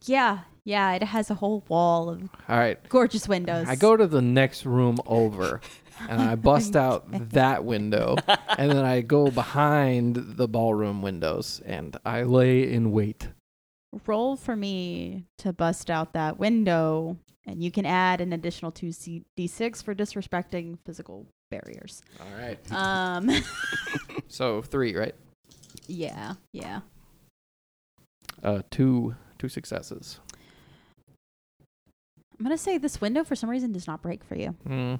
S2: Yeah, yeah, it has a whole wall of
S4: All right.
S2: gorgeous windows.
S4: I go to the next room over and I bust out that window and then I go behind the ballroom windows and I lay in wait.
S2: roll for me to bust out that window, and you can add an additional two C- d6 for disrespecting physical barriers.
S4: All right.
S2: Um,
S4: So 3, right?
S2: yeah, yeah.
S4: Uh two two successes.
S2: I'm gonna say this window for some reason does not break for you.
S4: Mm.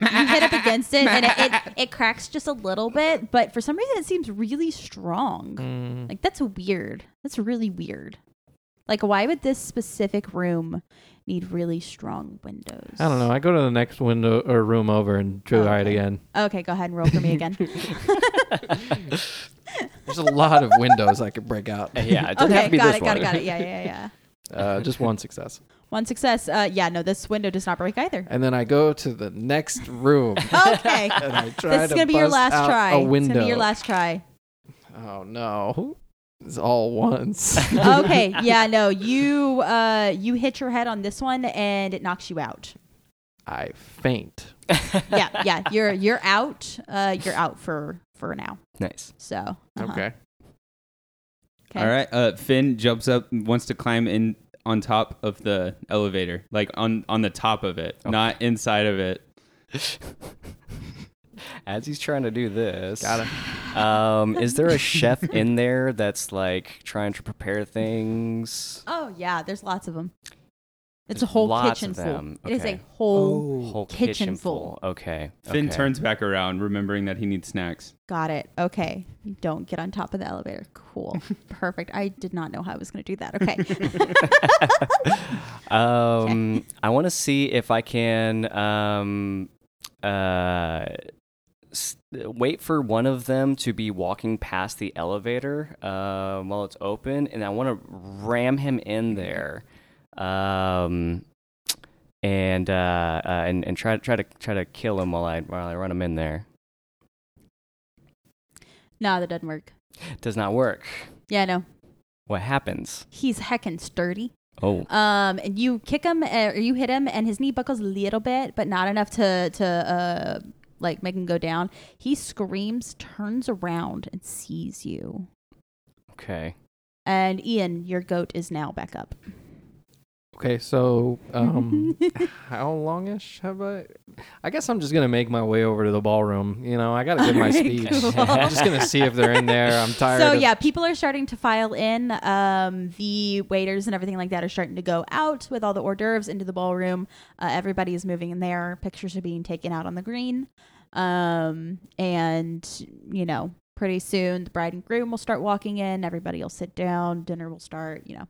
S2: You hit up against it, and it, it it cracks just a little bit, but for some reason it seems really strong.
S4: Mm.
S2: Like that's weird. That's really weird. Like why would this specific room need really strong windows?
S4: I don't know. I go to the next window or room over and try it
S2: Oh, Okay.
S4: again.
S2: Okay, go ahead and roll for me again.
S4: There's a lot of windows I could break out.
S3: yeah. It doesn't
S2: okay,
S3: have to be
S2: got
S3: this
S2: it, got
S3: one.
S2: it, got it. Yeah, yeah, yeah.
S4: Uh, just one success.
S2: One success. Uh, yeah, no, this window does not break either.
S4: And then I go to the next room
S2: Okay,
S4: and I try
S2: this is
S4: to
S2: gonna be your
S4: bust
S2: last
S4: out
S2: try.
S4: a
S2: It's
S4: window.
S2: gonna be your last try.
S4: Oh no. It's all once.
S2: okay yeah no you uh you hit your head on this one and it knocks you out
S4: I faint.
S2: yeah yeah you're you're out uh you're out for for now
S3: Nice.
S2: so uh-huh.
S4: Okay.
S2: okay
S5: All right. Uh, Finn jumps up, and wants to climb in on top of the elevator, like on on the top of it,
S3: Oh.
S5: not inside of it.
S3: As he's trying to do this,
S4: Got
S3: um, is there a chef in there that's like trying to prepare things?
S2: oh yeah there's lots of them it's a
S3: There's
S2: whole
S3: lots
S2: kitchen
S3: of
S2: full
S3: them.
S2: it is a
S3: Okay.
S2: whole
S3: Whole
S2: Kitchen
S3: kitchen,
S2: full.
S3: full. Okay.
S5: Finn
S3: Oh. okay.
S5: turns back around, remembering that he needs snacks.
S2: got it okay you don't get on top of the elevator cool perfect i did not know how i was going to do that okay
S3: Um, I want to see if I can um, uh, s- wait for one of them to be walking past the elevator um, while it's open, and I want to ram him in there, um, and, uh, uh, and and try try to try to kill him while I while I run him in there.
S2: no that doesn't work
S3: Does not work.
S2: yeah no
S3: What happens?
S2: he's heckin' sturdy
S3: Oh,
S2: Um, and you kick him uh, or you hit him, and his knee buckles a little bit, but not enough to to uh like make him go down. He screams, turns around, and sees you.
S3: okay.
S2: And Ian, your goat is now back up.
S4: Okay, so um how longish have I I guess I'm just gonna make my way over to the ballroom. You know, I gotta give my
S2: Alright,
S4: speech.
S2: cool.
S4: I'm just gonna see if they're in there. I'm tired
S2: so
S4: of
S2: yeah, people are starting to file in. Um, the waiters and everything like that are starting to go out with all the hors d'oeuvres into the ballroom. Uh, everybody is moving in there. Pictures are being taken out on the green. Um, and you know, pretty soon the bride and groom will start walking in. Everybody will sit down. Dinner will start. You know,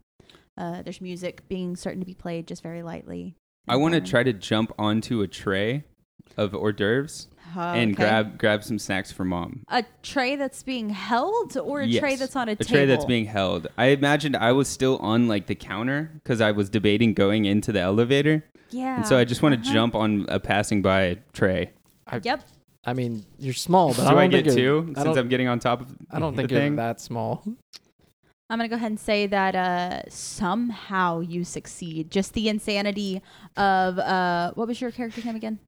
S2: uh, there's music being starting to be played just very lightly.
S5: I want to try to jump onto a tray of hors d'oeuvres and grab grab some snacks for mom.
S2: a tray that's being held or a tray
S5: Yes.
S2: that's on a,
S5: A
S2: table.
S5: tray that's being held. I imagined I was still on like the counter because I was debating going into the elevator,
S2: yeah.
S5: and so I just want to
S2: Uh-huh.
S5: jump on a passing by tray.
S2: Yep.
S4: I mean, you're small, but I
S5: Do
S4: don't
S5: I, get
S4: think you're-
S5: two
S4: I
S5: since
S4: don't,
S5: I'm getting on top of?
S4: I don't think
S5: the
S4: you're
S5: thing?
S4: that small.
S2: I'm gonna go ahead and say that uh, somehow you succeed. Just the insanity of uh, what was your character's name again?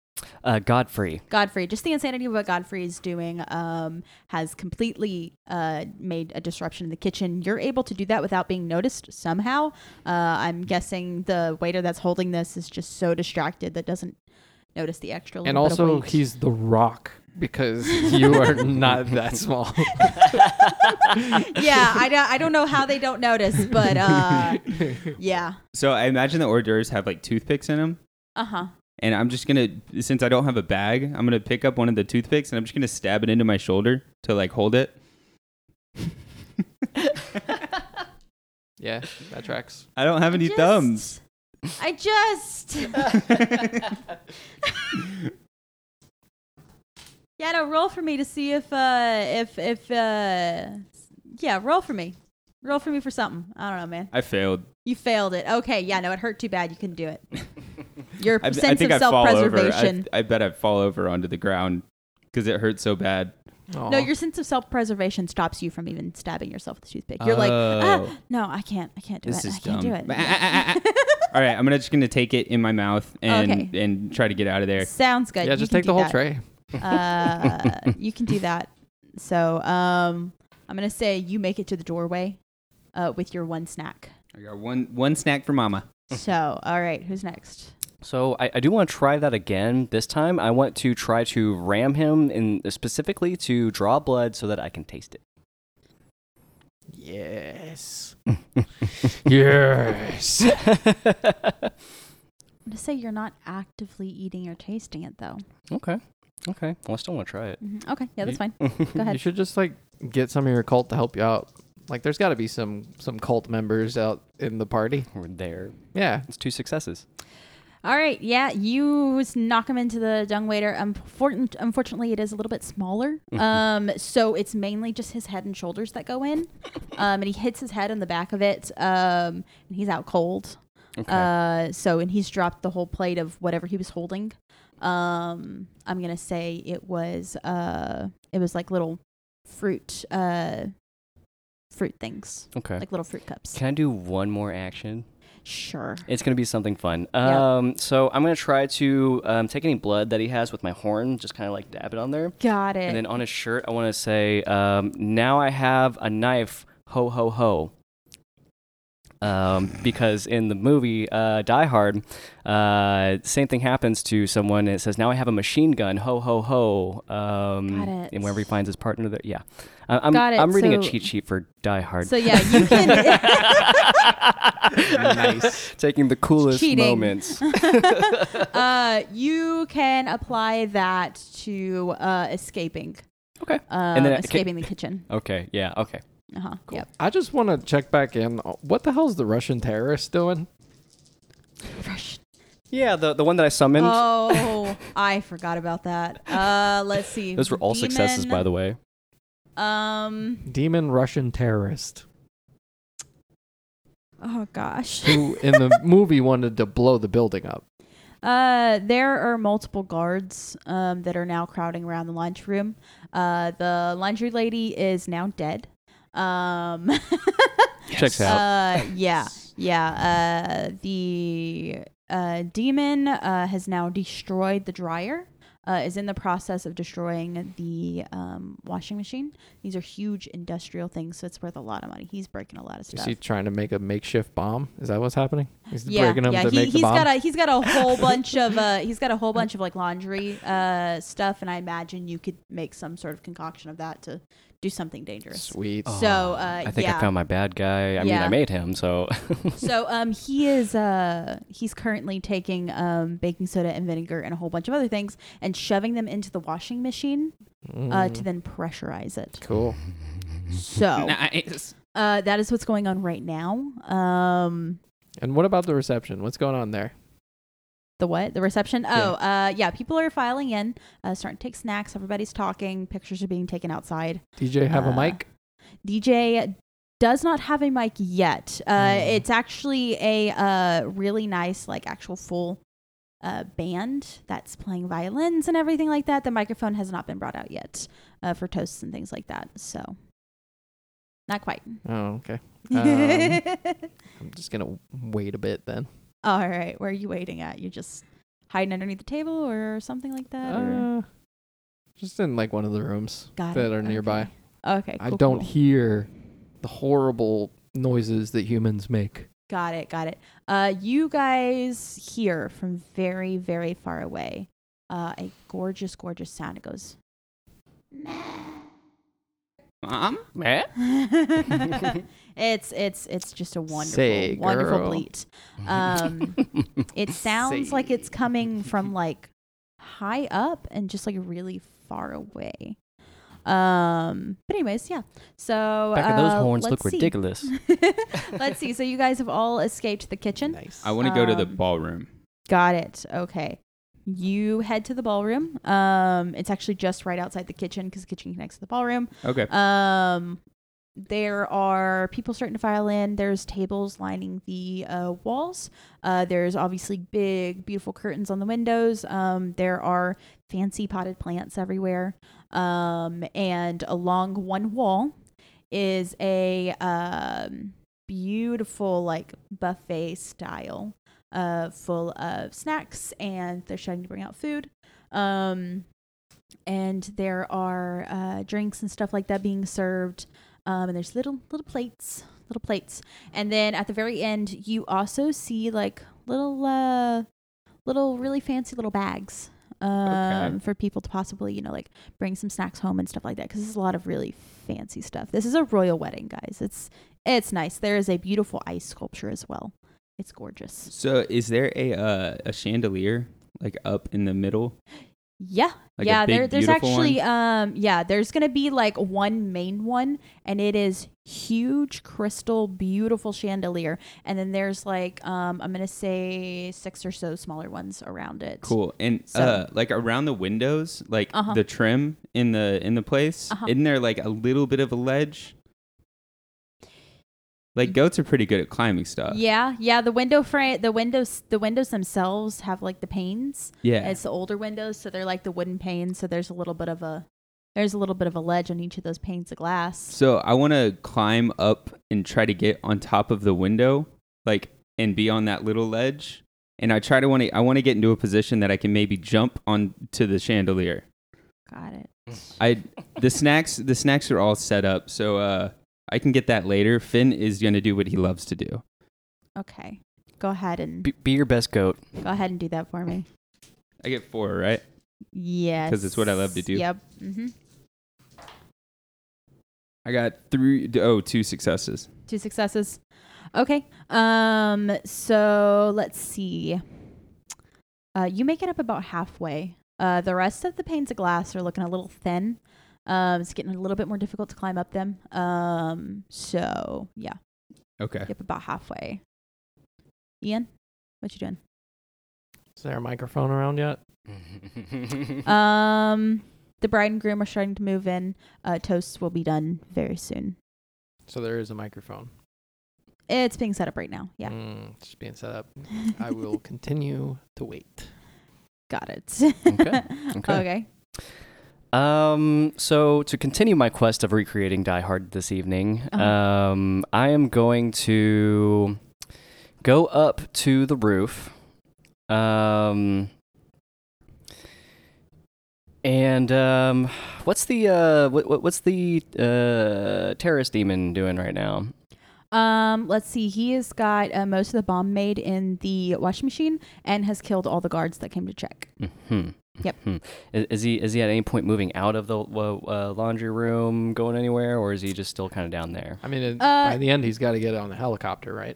S3: Uh, Godfrey.
S2: Godfrey. Just the insanity of what Godfrey is doing um, has completely uh, made a disruption in the kitchen. You're able to do that without being noticed somehow. Uh, I'm guessing the waiter that's holding this is just so distracted that doesn't notice the extra.
S4: And
S2: little bit of
S4: also,
S2: weight.
S4: he's the rock because you are not that small.
S2: yeah. I don't, I don't know how they don't notice, but uh, yeah.
S5: So I imagine the hors d'oeuvres have like toothpicks in them.
S2: Uh huh.
S5: and I'm just gonna since I don't have a bag, I'm gonna pick up one of the toothpicks and I'm just gonna stab it into my shoulder to like hold it.
S4: Yeah, that tracks.
S5: I don't have any
S2: Just-
S5: thumbs.
S2: I just. yeah, no, roll for me to see if, uh, if, if, uh, yeah, roll for me. Roll for me for something. I don't know, man.
S5: I failed.
S2: You failed it. Okay, yeah, no, it hurt too bad. You couldn't do it. Your
S5: I, I
S2: sense
S5: think
S2: of
S5: I
S2: self
S5: fall over.
S2: preservation.
S5: I, I bet I fall over onto the ground because it hurts so bad.
S2: No,
S4: Aw.
S2: your sense of self-preservation stops you from even stabbing yourself with a toothpick. You're like, ah,
S5: Oh.
S2: no, I can't, I can't do
S5: This
S2: it,
S5: is
S2: I can't
S5: dumb.
S2: do it.
S5: All right, I'm gonna just gonna take it in my mouth and
S2: Okay.
S5: and try to get out of there.
S2: Sounds good.
S4: yeah,
S2: You
S4: just
S2: can
S4: take the
S2: do
S4: whole
S2: that.
S4: tray.
S2: Uh, you can do that. So, um, I'm gonna say you make it to the doorway, uh, with your one snack.
S5: I got one one snack for Mama.
S2: So, all right, who's next?
S3: So I, I do want to try that again. This time I want to try to ram him in specifically to draw blood so that I can taste it.
S4: Yes. yes.
S2: I'm gonna say you're not actively eating or tasting it though.
S3: okay. Okay. Well, I still want to try it.
S2: Mhm. Okay, yeah, that's
S4: You-
S2: fine.
S3: Go
S2: ahead.
S4: You should just like get some of your cult to help you out. Like, there's got to be some some cult members out in the party.
S3: We're there.
S4: Yeah.
S3: It's two successes.
S2: All right, yeah, you s- knock him into the dung waiter. Unfortunately, unfortunately, it is a little bit smaller, um, so it's mainly just his head and shoulders that go in, um, and he hits his head on the back of it, um, and he's out cold.
S3: Okay.
S2: Uh, so, and he's dropped the whole plate of whatever he was holding. Um, I'm gonna say it was uh, it was like little fruit uh, fruit things,
S3: okay.
S2: like little fruit cups.
S3: can I do one more action?
S2: Sure.
S3: It's gonna be something fun.
S2: Yeah.
S3: Um, so I'm gonna try to um, take any blood that he has with my horn, just kind of like dab it on there,
S2: Got
S3: and
S2: it.
S3: then on his shirt, I want to say, um, "Now I have a knife, ho ho ho." Um, because in the movie uh, Die Hard, uh, same thing happens to someone. It says, "Now I have a machine gun, ho ho ho." Um,
S2: Got it.
S3: And wherever he finds his partner, there, yeah. I- I'm,
S2: Got it.
S3: I'm reading
S2: So-
S3: a cheat sheet for Die Hard.
S2: So yeah, you can.
S3: nice. Taking the coolest
S2: Cheating.
S3: moments.
S2: uh, you can apply that to uh, escaping.
S3: Okay.
S2: Uh,
S3: And then I-
S2: escaping the kitchen.
S3: Okay. Yeah. Okay.
S2: Uh huh. Yep.
S4: I just want to check back in. What the hell's the Russian terrorist doing?
S2: Fresh.
S3: Yeah. The the one that I summoned.
S2: Oh, I forgot about that. Uh, let's see.
S3: those were all successes, by the way.
S2: way. Um.
S4: Demon Russian terrorist
S2: Oh gosh.
S4: who in the movie wanted to blow the building up.
S2: Uh, there are multiple guards um, that are now crowding around the lunchroom. Uh, the laundry lady is now dead. Um,
S3: Checks out.
S2: Uh, yeah, yeah. Uh, the uh, demon uh, has now destroyed the dryer. Uh, is in the process of destroying the um, washing machine. These are huge industrial things, so it's worth a lot of money. He's breaking a lot of
S4: Is
S2: stuff.
S4: he trying to make a makeshift bomb? Is that what's happening? He's
S2: yeah,
S4: breaking them
S2: yeah.
S4: to
S2: He,
S4: make the
S2: he's
S4: bomb.
S2: got a he's got a whole bunch of uh, he's got a whole bunch of like laundry uh, stuff, and I imagine you could make some sort of concoction of that to do something dangerous.
S4: Sweet.
S2: So uh,
S3: I think
S2: yeah.
S3: I found my bad guy. I mean,
S2: Yeah.
S3: I made him. So
S2: So um, he is uh, he's currently taking um, baking soda and vinegar and a whole bunch of other things and shoving them into the washing machine
S4: Mm-hmm.
S2: uh, to then pressurize it.
S4: Mm. cool.
S2: So
S5: Nice.
S2: uh, that is what's going on right now. Um,
S4: And what about the reception? What's going on there?
S2: the what? The reception? Oh, uh, yeah. People are filing in, uh, starting to take snacks. Everybody's talking. Pictures are being taken outside.
S4: DJ have
S2: Uh,
S4: a mic?
S2: DJ does not have a mic yet. Uh,
S4: Mm.
S2: It's actually a uh, really nice, like actual full uh, band that's playing violins and everything like that. The microphone has not been brought out yet uh, for toasts and things like that. So, not quite.
S4: Oh, okay. Um, I'm just gonna wait a bit then.
S2: All right, where are you waiting at? You just hiding underneath the table or something like that? or?
S4: Uh, just in like one of the rooms
S2: Got
S4: that
S2: it,
S4: are nearby.
S2: okay. Okay,
S4: I
S2: cool,
S4: don't
S2: cool.
S4: hear the horrible noises that humans make.
S2: Got it, got it. Uh, you guys hear from very, very far away uh, a gorgeous, gorgeous sound. It goes.
S5: Mom?
S2: it It's it's it's just a wonderful
S4: Say,
S2: wonderful
S4: girl.
S2: bleat. Um, it sounds like it's coming from like high up and just like really far away. Um, but anyways, yeah. So
S3: Back of those
S2: uh,
S3: horns look
S2: let's see.
S3: ridiculous.
S2: let's see. So you guys have all escaped the kitchen.
S4: Nice.
S5: I want to go to the
S2: Um,
S5: ballroom.
S2: Got it. Okay. You head to the ballroom. Um, it's actually just right outside the kitchen because the kitchen connects to the ballroom.
S5: Okay.
S2: Um, there are people starting to file in. There's tables lining the uh, walls. Uh, there's obviously big, beautiful curtains on the windows. Um, there are fancy potted plants everywhere. Um, and along one wall is a um, beautiful, like, buffet style uh, full of snacks, and they're starting to bring out food. Um, and there are uh, drinks and stuff like that being served. Um, and there's little little plates, little plates, and then at the very end, you also see like little uh, little really fancy little bags um,
S5: Okay.
S2: for people to possibly you know like bring some snacks home and stuff like that because there's a lot of really fancy stuff. This is a royal wedding, guys. It's it's nice. There is a beautiful ice sculpture as well. It's gorgeous.
S5: So is there a uh, a chandelier like up in the middle?
S2: Yeah.
S5: Like a
S2: yeah,
S5: big,
S2: there, there's
S5: beautiful
S2: actually um yeah, there's going to be like one main one and it is huge crystal beautiful chandelier and then there's like um I'm going to say six or so smaller ones around it.
S5: Cool. And
S2: So-
S5: uh like around the windows, like
S2: Uh-huh.
S5: the trim in the in the place,
S2: Uh-huh.
S5: isn't there like a little bit of a ledge? Like goats are pretty good at climbing stuff.
S2: Yeah, yeah, the window frame the windows the windows themselves have like the panes.
S5: Yeah.
S2: It's the older windows so they're like the wooden panes so there's a little bit of a there's a little bit of a ledge on each of those panes of glass.
S5: So I want to climb up and try to get on top of the window, like, and be on that little ledge. And I try to want to. I want to get into a position that I can maybe jump on to the chandelier.
S2: Got it.
S5: I the snacks. The snacks are all set up, so uh, I can get that later. Finn is gonna do what he loves to do.
S2: Okay. Go ahead and
S3: Be, be your best goat.
S2: go ahead and do that for me.
S5: I get four, right?
S2: Yes.
S5: it's what I love to do.
S2: Yep. hmm
S5: I got three d- oh, two successes.
S2: Two successes. Okay. Um. So let's see. Uh, you make it up about halfway. Uh, the rest of the panes of glass are looking a little thin. Um, it's getting a little bit more difficult to climb up them. Um, so yeah,
S5: Okay.
S2: yep, about halfway. Ian, what you doing?
S4: Is there a microphone around yet?
S2: Um, the bride and groom are starting to move in. Uh, toasts will be done very soon.
S4: So there is a microphone.
S2: It's being set up right now. Yeah.
S4: Mm, it's just being set up. I will continue to wait.
S2: Got it.
S3: Okay.
S2: Okay.
S3: Okay. Um, so to continue my quest of recreating Die Hard this evening,
S2: Uh-huh.
S3: um, I am going to go up to the roof. Um, and um, what's the uh, what, what- what's the uh, terrorist demon doing right now?
S2: Um, let's see. He has got uh, most of the bomb made in the washing machine and has killed all the guards that came to check.
S3: hmm
S2: Yep.
S3: Mhm. Is, is he is he at any point moving out of the uh, uh, laundry room, going anywhere, or is he just still kind of down there?
S4: I mean, it,
S2: Uh,
S4: by the end, he's got to get on the helicopter, right?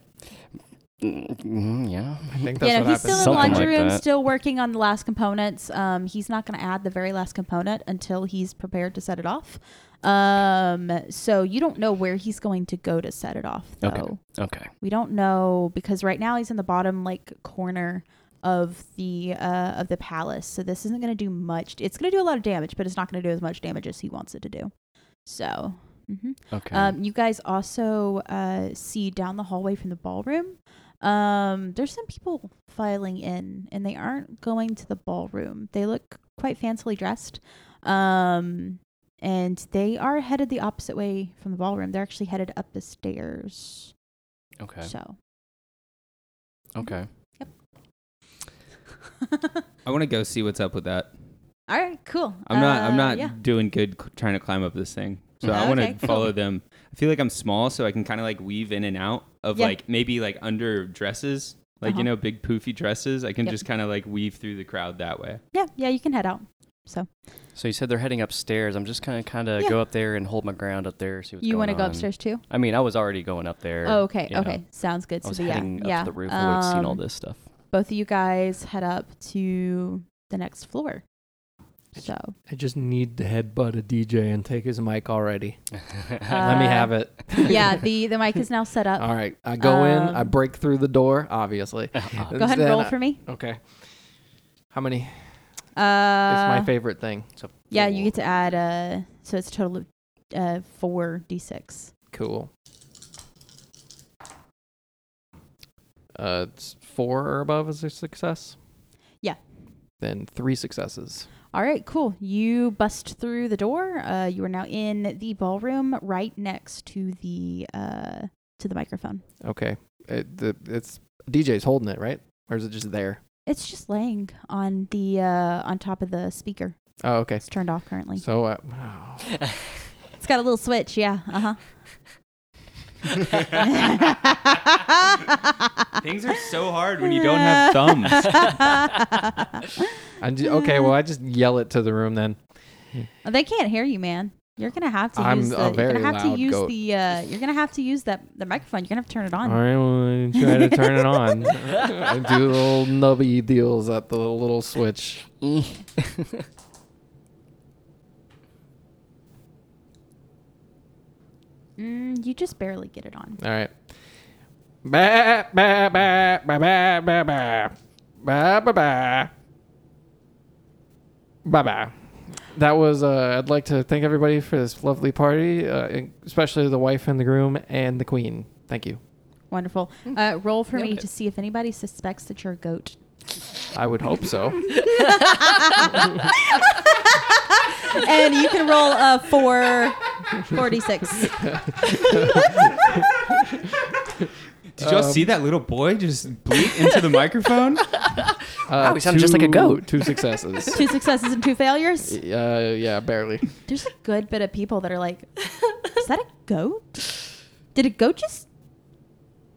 S3: Mm, yeah.
S4: I think that's
S2: yeah,
S4: what
S2: no, he's
S4: happens.
S2: still in the
S3: Something
S2: laundry
S3: like
S2: room,
S3: that.
S2: still working on the last components. Um, he's not going to add the very last component until he's prepared to set it off. Um, so you don't know where he's going to go to set it off, though.
S3: Okay. Okay.
S2: We don't know because right now he's in the bottom like corner of the uh, of the palace. So this isn't going to do much. It's going to do a lot of damage, but it's not going to do as much damage as he wants it to do. So, mhm.
S3: Okay.
S2: um, you guys also uh, see down the hallway from the ballroom. Um, there's some people filing in, and they aren't going to the ballroom. They look quite fancily dressed, um, and they are headed the opposite way from the ballroom. They're actually headed up the stairs.
S3: okay.
S2: So.
S3: Okay.
S5: I want to go see what's up with that.
S2: All right, cool.
S5: I'm not.
S2: Uh,
S5: I'm not
S2: Yeah. Mm-hmm.
S5: doing good c- trying to climb up this thing. So I
S2: Okay,
S5: want to
S2: cool.
S5: follow them. I feel like I'm small, so I can kind of like weave in and out of
S2: Yeah.
S5: like maybe like under dresses, like
S2: Uh-huh.
S5: you know, big poofy dresses. I can
S2: Yep.
S5: just kind of like weave through the crowd that way.
S2: Yeah, yeah, you can head out. So,
S3: So you said they're heading upstairs. I'm just gonna kind of
S2: Yeah.
S3: go up there and hold my ground up there. See what's
S2: You
S3: going
S2: want to go
S3: on.
S2: upstairs too?
S3: I mean, I was already going up there.
S2: Oh, okay.
S3: you know,
S2: Okay. Sounds good.
S3: I
S2: So
S3: was
S2: the, yeah,
S3: heading
S2: yeah.
S3: up to the roof. I would have seen all
S2: Um,
S3: this stuff.
S2: Both of you guys head up to the next floor. So
S4: I just need to headbutt a DJ and take his mic already. Let me
S2: Uh,
S4: have it.
S2: yeah, the the mic is now set up.
S4: All right. I go in. I
S2: Uh, Um,
S4: break through the door, obviously.
S2: Go ahead and
S4: Then
S2: roll
S4: I-
S2: for me.
S4: Okay. How many? It's
S2: Uh,
S4: my favorite thing. So
S2: yeah, you get to add uh, so it's a total of uh four d six.
S4: cool. Uh, it's four or above is a success.
S2: Yeah.
S4: Then three successes.
S2: All right, cool. You bust through the door. Uh, you are now in the ballroom, right next to the uh to the microphone.
S4: Okay. It, the, it's DJ's holding it, right? Or is it just there?
S2: It's just laying on the uh on top of the speaker.
S4: Oh, okay.
S2: It's turned off currently.
S4: So, uh, wow.
S2: It's got a little switch. Yeah. Uh huh.
S5: Things are so hard when you don't have thumbs.
S4: I ju- okay. Well, I just yell it to the room then.
S2: Well, They can't hear you, man. You're gonna have to
S4: I'm
S2: use
S4: a
S2: the. You're
S4: very
S2: gonna have to
S4: loud
S2: use
S4: goat.
S2: the. Uh, you're gonna have to use that the microphone. You're gonna have to turn it
S4: All
S2: on.
S4: right. Well, I try to turn it on. I do little nubby deals at the little switch.
S2: Mm, you just barely get it on.
S4: All right. Ba ba ba ba ba ba ba ba ba ba ba ba. That was. Uh, I'd like to thank everybody for this lovely party, uh, and especially the wife and the groom and the queen. Thank you.
S2: Wonderful. Uh, roll for me to see if anybody suspects that you're a goat.
S4: I would hope so.
S2: and you can roll
S4: Uh,
S2: a four, forty-six.
S5: Did y'all see that little boy just bleat into the microphone?
S4: Uh,
S3: Wow, he sounded just like a
S4: two-
S3: goat.
S4: Two successes.
S2: Two successes and two failures.
S4: uh, yeah, barely.
S2: There's a good bit of people that are like, "Is that a goat? Did a goat just?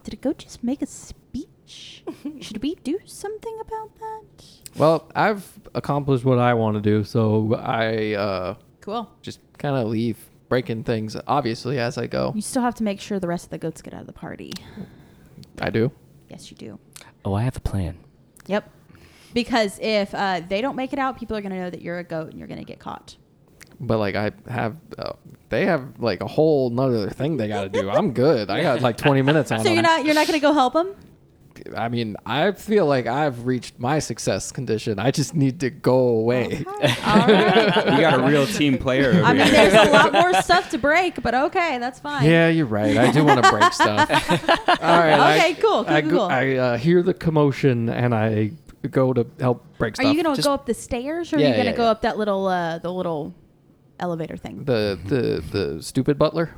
S2: Did a goat just make a speech? Should we do something about that?"
S4: Well, I've accomplished what I want to do, so I uh,
S2: Cool.
S4: just kind of leave breaking things, obviously, as I go.
S2: You still have to make sure the rest of the goats get out of the party.
S4: I do.
S2: Yes, you do.
S3: oh, I have a plan.
S2: Yep. Because if uh, they don't make it out, people are going to know that you're a goat and you're going to get caught.
S4: But like I have, uh, they have like a whole nother thing they got to do. I'm good. I got like 20 minutes on.
S2: So you're
S4: them.
S2: not you're not going to go help them.
S4: I mean, I feel like I've reached my success condition. I just need to go away.
S2: Oh, All right.
S5: We got a real team player over
S2: I mean,
S5: here.
S2: there's a lot more stuff to break, but okay, that's fine.
S4: Yeah, you're right. I do want to break stuff. All right.
S2: Okay,
S4: I,
S2: cool, cool,
S4: I,
S2: cool,
S4: go-
S2: cool.
S4: I uh, hear the commotion and I go to help break
S2: Are
S4: stuff.
S2: you going to
S4: Just
S2: go up the stairs, or are
S4: Yeah,
S2: you going to
S4: yeah,
S2: go
S4: yeah.
S2: up that little uh, the little elevator thing?
S4: the the the stupid butler?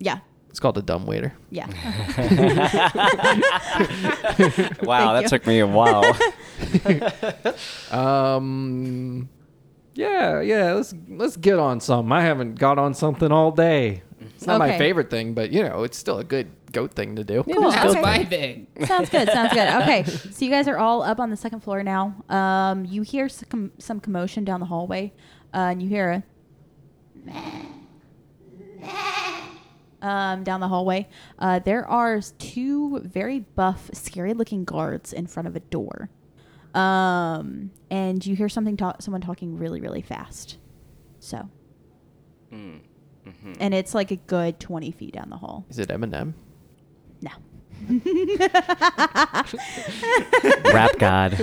S2: Yeah,
S4: It's called a dumb waiter.
S2: yeah.
S3: Wow,
S2: Thank
S3: that
S2: you.
S3: took me a while.
S4: Um, yeah, yeah. Let's let's get on some. I haven't got on something all day. It's not my
S2: Okay.
S4: favorite thing, but you know, it's still a good goat thing to do.
S2: Cool.
S6: That's
S2: okay.
S6: my thing.
S2: Sounds good. Sounds good. Okay, so you guys are all up on the second floor now. Um, you hear some, some commotion down the hallway, uh, and you hear a um, down the hallway. Uh, there are two very buff, scary-looking guards in front of a door, um, and you hear something ta- someone talking really, really fast. So, and it's like a good twenty feet down the hall.
S4: Is it Eminem?
S2: No.
S3: Rap God.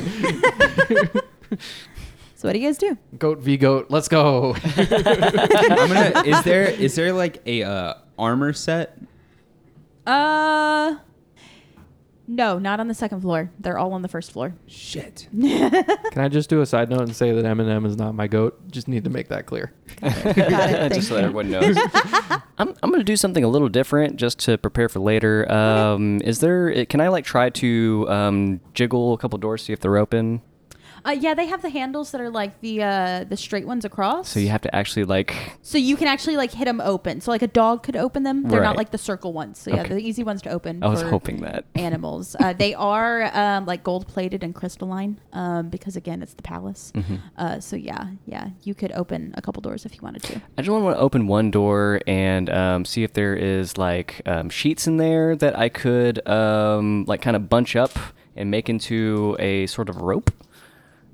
S2: So what do you guys do?
S4: Goat v goat. Let's go.
S5: I'm gonna. Is there is there like a uh, armor set?
S2: Uh, no, not on the second floor. They're all on the first floor.
S5: Shit.
S4: Can I just do a side note and say that Eminem is not my goat? Just need to make that clear.
S3: just so that everyone knows. I'm, I'm going to do something a little different just to prepare for later. eh, Um, Is there? Can I like try to um, jiggle a couple doors see if they're open?
S2: Uh, yeah, they have the handles that are like the uh, the straight ones across.
S3: So you have to actually like.
S2: So you can actually like hit them open. So like a dog could open them. They're not
S3: Right.
S2: like the circle ones. So yeah,
S3: Okay.
S2: they're the easy ones to open.
S3: I was
S2: for
S3: hoping that.
S2: Animals. Uh, they are um, like gold plated and crystalline um, because again, it's the palace.
S3: Mm-hmm.
S2: Uh, so yeah, yeah, you could open a couple doors if you wanted to.
S3: I just want to open one door and um, see if there is like um, sheets in there that I could um, like kind of bunch up and make into a sort of rope.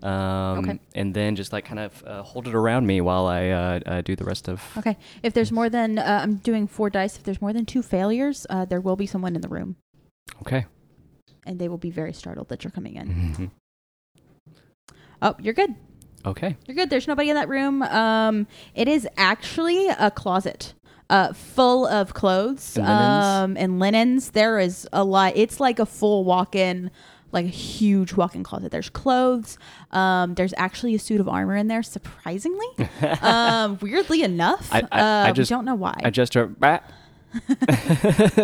S3: Um,
S2: Okay.
S3: And then just like kind of uh, hold it around me while I uh, uh, do the rest of.
S2: Okay, if there's more than uh, I'm doing four dice. If there's more than two failures, uh, there will be someone in the room,
S3: Okay.
S2: and they will be very startled that you're coming in.
S3: Mhm.
S2: Oh, you're good.
S3: Okay.
S2: You're good. There's nobody in that room. Um, it is actually a closet. Uh, full of clothes
S3: And linens?
S2: um, and linens. There is a lot. It's like a full walk-in, like a huge walk-in closet. There's clothes. Um, there's actually a suit of armor in there. Surprisingly, um, weirdly enough,
S3: I- I-
S2: uh,
S3: I
S2: we
S3: just-
S2: don't know why.
S3: I just. Uh, bah.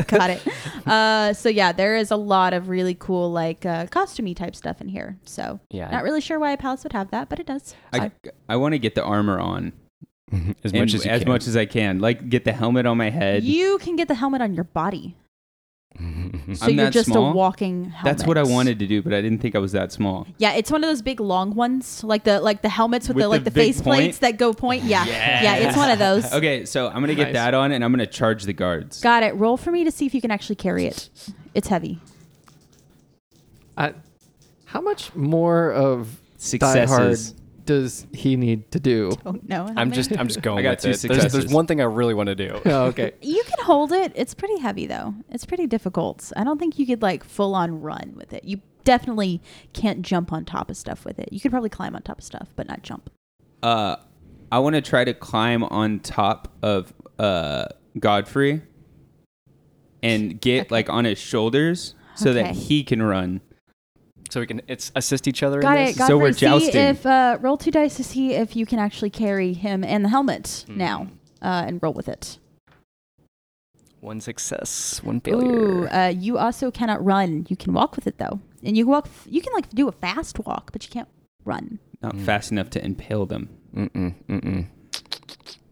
S2: Got it. Uh, so yeah, there is a lot of really cool like uh, costumey type stuff in here. So
S3: Yeah.
S2: not really sure why a palace would have that, but it does.
S5: I, I want to get the armor on
S3: as
S5: and-
S3: much as you
S5: as
S3: can.
S5: much as I can. Like get the helmet on my head.
S2: You can get the helmet on your body. So
S5: I'm
S2: you're
S5: that
S2: just
S5: small?
S2: a walking helmet.
S5: That's what I wanted to do, but I didn't think I was that small.
S2: Yeah, it's one of those big long ones, like the like the helmets with,
S5: With
S2: the like
S5: the
S2: the,
S5: big
S2: face plates
S5: point?
S2: that go point. Yeah. Yeah, it's one of those.
S5: Okay, so I'm gonna get
S4: Nice.
S5: that on and I'm gonna charge the guards.
S2: Got it. Roll for me to see if you can actually carry it. It's heavy.
S4: I, how much more of Die Hard
S5: Successes.
S4: does he need to do?
S2: Oh no.
S3: I'm just. I'm just going.
S5: I got
S3: with
S5: two
S3: it. There's, there's
S5: successes.
S3: one thing I really want to do.
S4: Oh, okay.
S2: You can hold it. It's pretty heavy though. It's pretty difficult. I don't think you could like full on run with it. You definitely can't jump on top of stuff with it. You could probably climb on top of stuff, but not jump.
S5: Uh, I want to try to climb on top of uh Godfrey and get
S2: Okay.
S5: like on his shoulders so that
S2: Okay.
S5: he can run.
S3: So we can. It's assist each other.
S2: Got
S3: in
S2: it.
S3: this.
S2: Godfrey,
S5: So we're
S2: See
S5: jousting.
S2: if uh, roll two dice to see if you can actually carry him and the helmet
S3: Mm. Hmm.
S2: now, uh, and roll with it.
S3: One success. One failure.
S2: Ooh, uh, you also cannot run. You can walk with it though, and you walk. You can like do a fast walk, but you can't run.
S5: Not
S3: Mm.
S5: fast enough to impale them.
S3: Mm-mm, mm-mm.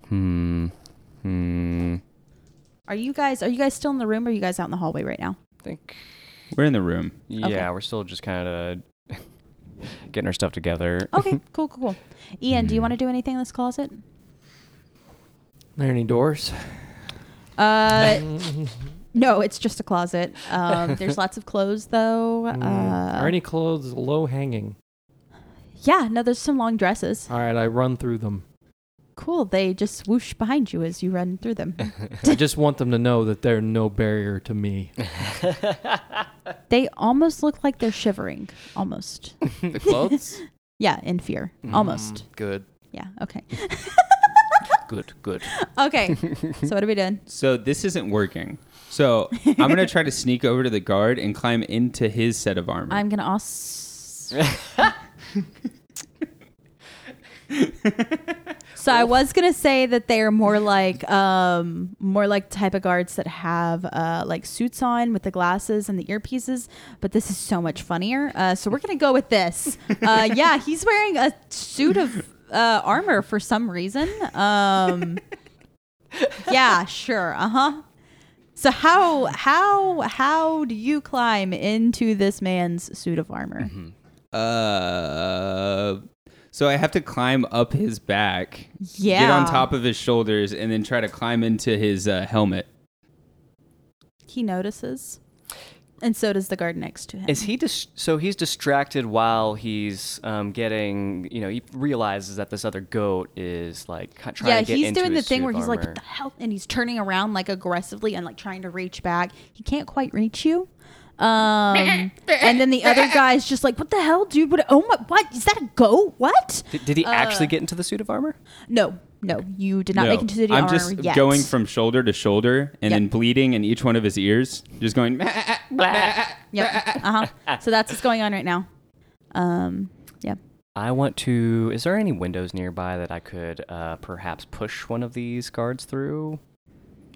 S3: Hmm. Hmm.
S2: Are you guys? Are you guys still in the room? or Are you guys out in the hallway right now?
S3: I think.
S5: We're in the room.
S3: Yeah, we're still just kind of getting our stuff together.
S2: Okay, cool, cool, cool. Ian, do you want to do anything in this closet?
S4: There any doors?
S2: Uh, no, it's just a closet. Um, there's lots of clothes though. Uh,
S4: Hmm. Are any clothes low hanging?
S2: Yeah, no, there's some long dresses.
S4: All right, I run through them.
S2: Cool. They just swoosh behind you as you run through them.
S4: I just want them to know that they're no barrier to me.
S2: they almost look like they're shivering. Almost.
S4: the clothes?
S2: Yeah, in fear. Almost.
S4: good.
S2: Yeah. Okay.
S3: Good, good.
S2: Okay. so what are we doing?
S5: So this isn't working. So I'm gonna try to sneak over to the guard and climb into his set of armor.
S2: I'm gonna also. so I was gonna say that they are more like um more like type of guards that have uh like suits on with the glasses and the earpieces, but this is so much funnier. Uh, so we're gonna go with this. Uh, yeah, he's wearing a suit of uh, armor for some reason. Um, yeah, sure. Uh huh. So how how how do you climb into this man's suit of armor?
S3: Mm-hmm.
S5: Uh, so I have to climb up his back,
S2: Yeah.
S5: get on top of his shoulders, and then try to climb into his uh, helmet.
S2: He notices. And so does the guard next to him.
S3: Is he dis- so he's distracted while he's um, getting, you know, he realizes that this other goat is like ki- trying
S2: yeah,
S3: to get
S2: he's
S3: into
S2: doing the
S3: his
S2: thing
S3: suit
S2: where
S3: of
S2: he's like,
S3: armor.
S2: what the hell? And he's turning around like aggressively and like trying to reach back. He can't quite reach you. Um, and then the other guy's just like, what the hell, dude? What? Oh my, what? Is that a goat? What?
S3: Did, did he actually get into the suit of armor?
S2: No, no, you did not
S5: No,
S2: make it to the
S5: I'm
S2: armor
S5: just
S2: yet.
S5: going from shoulder to shoulder and
S2: Yep.
S5: then bleeding in each one of his ears, just going. "Meh."
S2: Yep. Uh huh. so that's what's going on right now. Um, yeah.
S3: I want to. Is there any windows nearby that I could uh, perhaps push one of these guards through?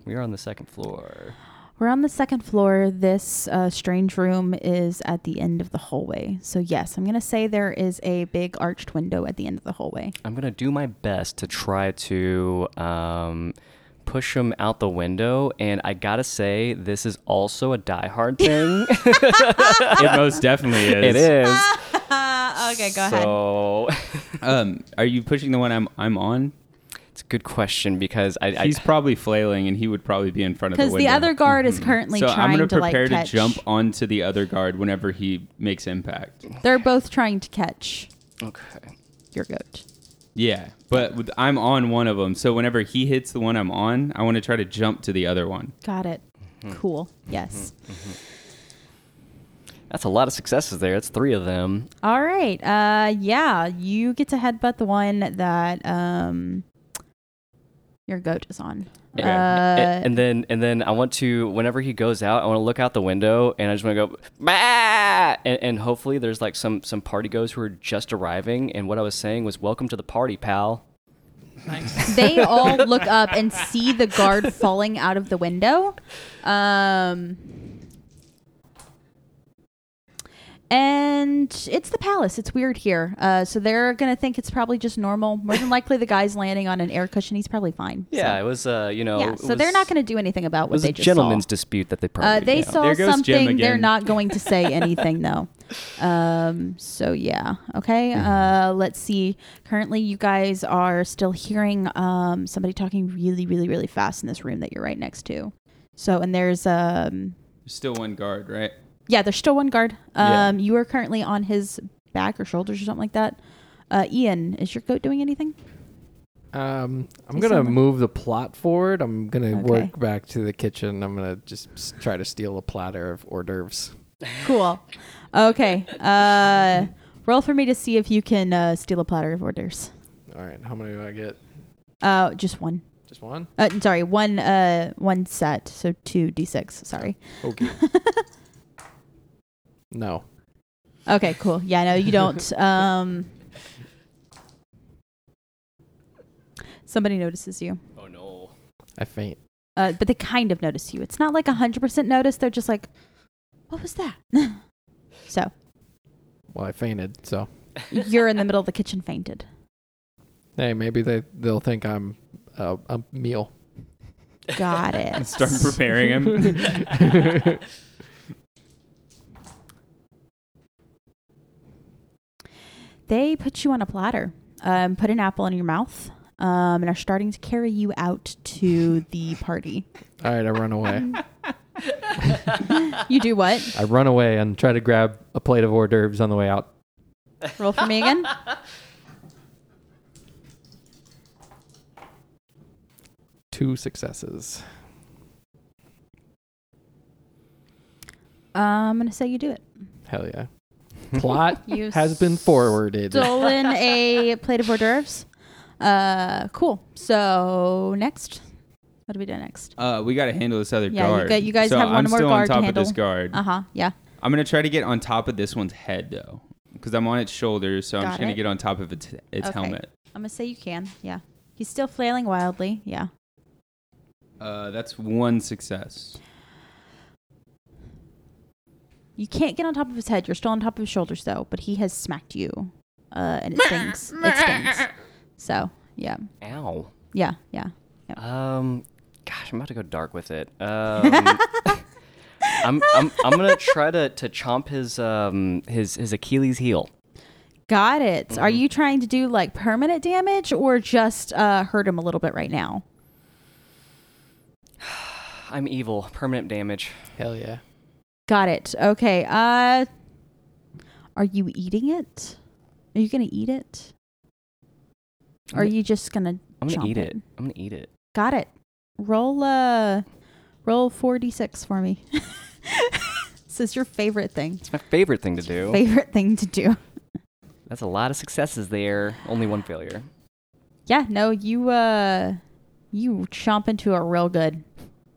S3: We are on the second floor.
S2: We're on the second floor. This uh, strange room is at the end of the hallway. So, yes, I'm going to say there is a big arched window at the end of the hallway.
S3: I'm gonna do my best to try to um, push him out the window, and I gotta say, this is also a Die Hard thing.
S5: it most definitely is.
S3: it is.
S2: okay, Ah, go ahead.
S3: so,
S5: Um, are you pushing the one I'm I'm on?
S3: it's a good question because I, I
S5: He's probably flailing, and he would probably be in front of the
S2: Because
S5: window. Mm-hmm.
S2: the other guard is currently
S5: so I'm
S2: trying
S5: gonna
S2: to like
S5: prepare to
S2: catch.
S5: jump onto the other guard whenever he makes impact.
S2: They're both trying to catch
S3: okay.
S2: your goat.
S5: Yeah, but with, I'm on one of them, so whenever he hits the one I'm on, I want to try to jump to the other one.
S2: Got it.
S5: Mm-hmm.
S2: Cool. Yes.
S3: That's a lot of successes there. It's three of them.
S2: All right. Uh, yeah, you get to headbutt the one that um, your goat is on.
S3: And-
S2: Uh,
S3: and, and then and then I want to whenever he goes out, I want to look out the window and I just want to go bah! and, and hopefully there's like some some party goes who are just arriving and what I was saying was welcome to the party, pal.
S2: they all look up and see the guard falling out of the window. Um, and it's the palace. It's weird here. Uh, so they're going to think it's probably just normal. More than likely, the guy's landing on an air cushion. He's probably fine.
S3: Yeah,
S2: So,
S3: it was uh you know
S2: yeah.
S3: it
S2: So they're
S3: was-
S2: not going to do anything about
S3: it
S2: what
S3: was
S2: they
S3: a
S2: just
S3: gentleman's
S2: saw.
S3: dispute that they probably
S2: Uh, they
S3: yeah.
S2: saw
S5: There goes Jim
S2: something. They're
S5: again.
S2: not going to say anything, though. Um, so yeah, okay. Uh, let's see. Currently, you guys are still hearing um, somebody talking really, really, really fast in this room that you're right next to. So, and there's um,
S5: There's still one guard, right?
S2: yeah, there's still one guard.
S5: Yeah.
S2: Um, you are currently on his back or shoulders or something like that. Uh, Ian, is your goat doing anything?
S4: Um, I'm
S2: You
S4: gonna
S2: sound like-
S4: move the plot forward. I'm gonna
S2: Okay.
S4: work back to the kitchen. I'm gonna just s- try to steal a platter of hors d'oeuvres.
S2: Cool. Okay. Uh, roll for me to see if you can uh, steal a platter of orders.
S4: All right, how many do I get?
S2: Uh, just one.
S4: Just one.
S2: Uh, sorry, one uh one set, so two d6. Sorry.
S4: Okay. no.
S2: Okay, cool. Yeah, no, you don't. Um, somebody notices you,
S3: Oh no.
S4: I faint.
S2: uh, but they kind of notice you. It's not like hundred percent notice. They're just like, "What was that?" so
S4: Well, I fainted. So
S2: you're in the middle of the kitchen, fainted.
S4: hey, maybe they they'll think I'm uh, a meal.
S2: Got it.
S5: Start preparing him.
S2: They put you on a platter, um, put an apple in your mouth, um, and are starting to carry you out to the party.
S4: All right, I run away.
S2: You do what?
S4: I run away and try to grab a plate of hors d'oeuvres on the way out.
S2: Roll for me again.
S4: Two successes.
S2: Uh, I'm gonna say you do it.
S4: Hell yeah. Plot
S2: You
S4: has been forwarded.
S2: Stolen a plate of hors d'oeuvres. Uh, cool. So next, what do we do next?
S5: Uh, we got to handle this other
S2: Yeah, you
S5: guard.
S2: got- you guys
S5: so
S2: have one
S5: I'm
S2: more
S5: still
S2: guard to
S5: on top of this
S2: handle.
S5: guard.
S2: Uh huh. Yeah.
S5: I'm gonna try to get on top of this one's head though, because I'm on its shoulders, so I'm
S2: Got
S5: just gonna
S2: it.
S5: get on top of its its
S2: Okay.
S5: helmet.
S2: I'm gonna say you can. Yeah. He's still flailing wildly. Yeah.
S5: Uh, that's one success.
S2: You can't get on top of his head. You're still on top of his shoulders though. But he has smacked you, uh, and it stings. it stings. So yeah,
S3: Ow.
S2: yeah, yeah.
S3: Um gosh, I'm about to go dark with it. Um I'm, I'm I'm gonna try to to chomp his um his his Achilles heel.
S2: Got it. Are you trying to do like permanent damage or just uh, hurt him a little bit right now?
S3: I'm evil. Permanent damage.
S4: Hell yeah.
S2: Got it. Okay. Uh are you eating it? Are you gonna eat it? Or are you just gonna
S3: I'm gonna
S2: chomp
S3: eat it. I'm gonna eat it.
S2: Got it. Roll uh roll four D six for me. this is your favorite thing.
S3: It's my favorite thing to do.
S2: Favorite thing to do.
S3: That's a lot of successes there. Only one failure.
S2: Yeah, no, you uh you chomp into it real good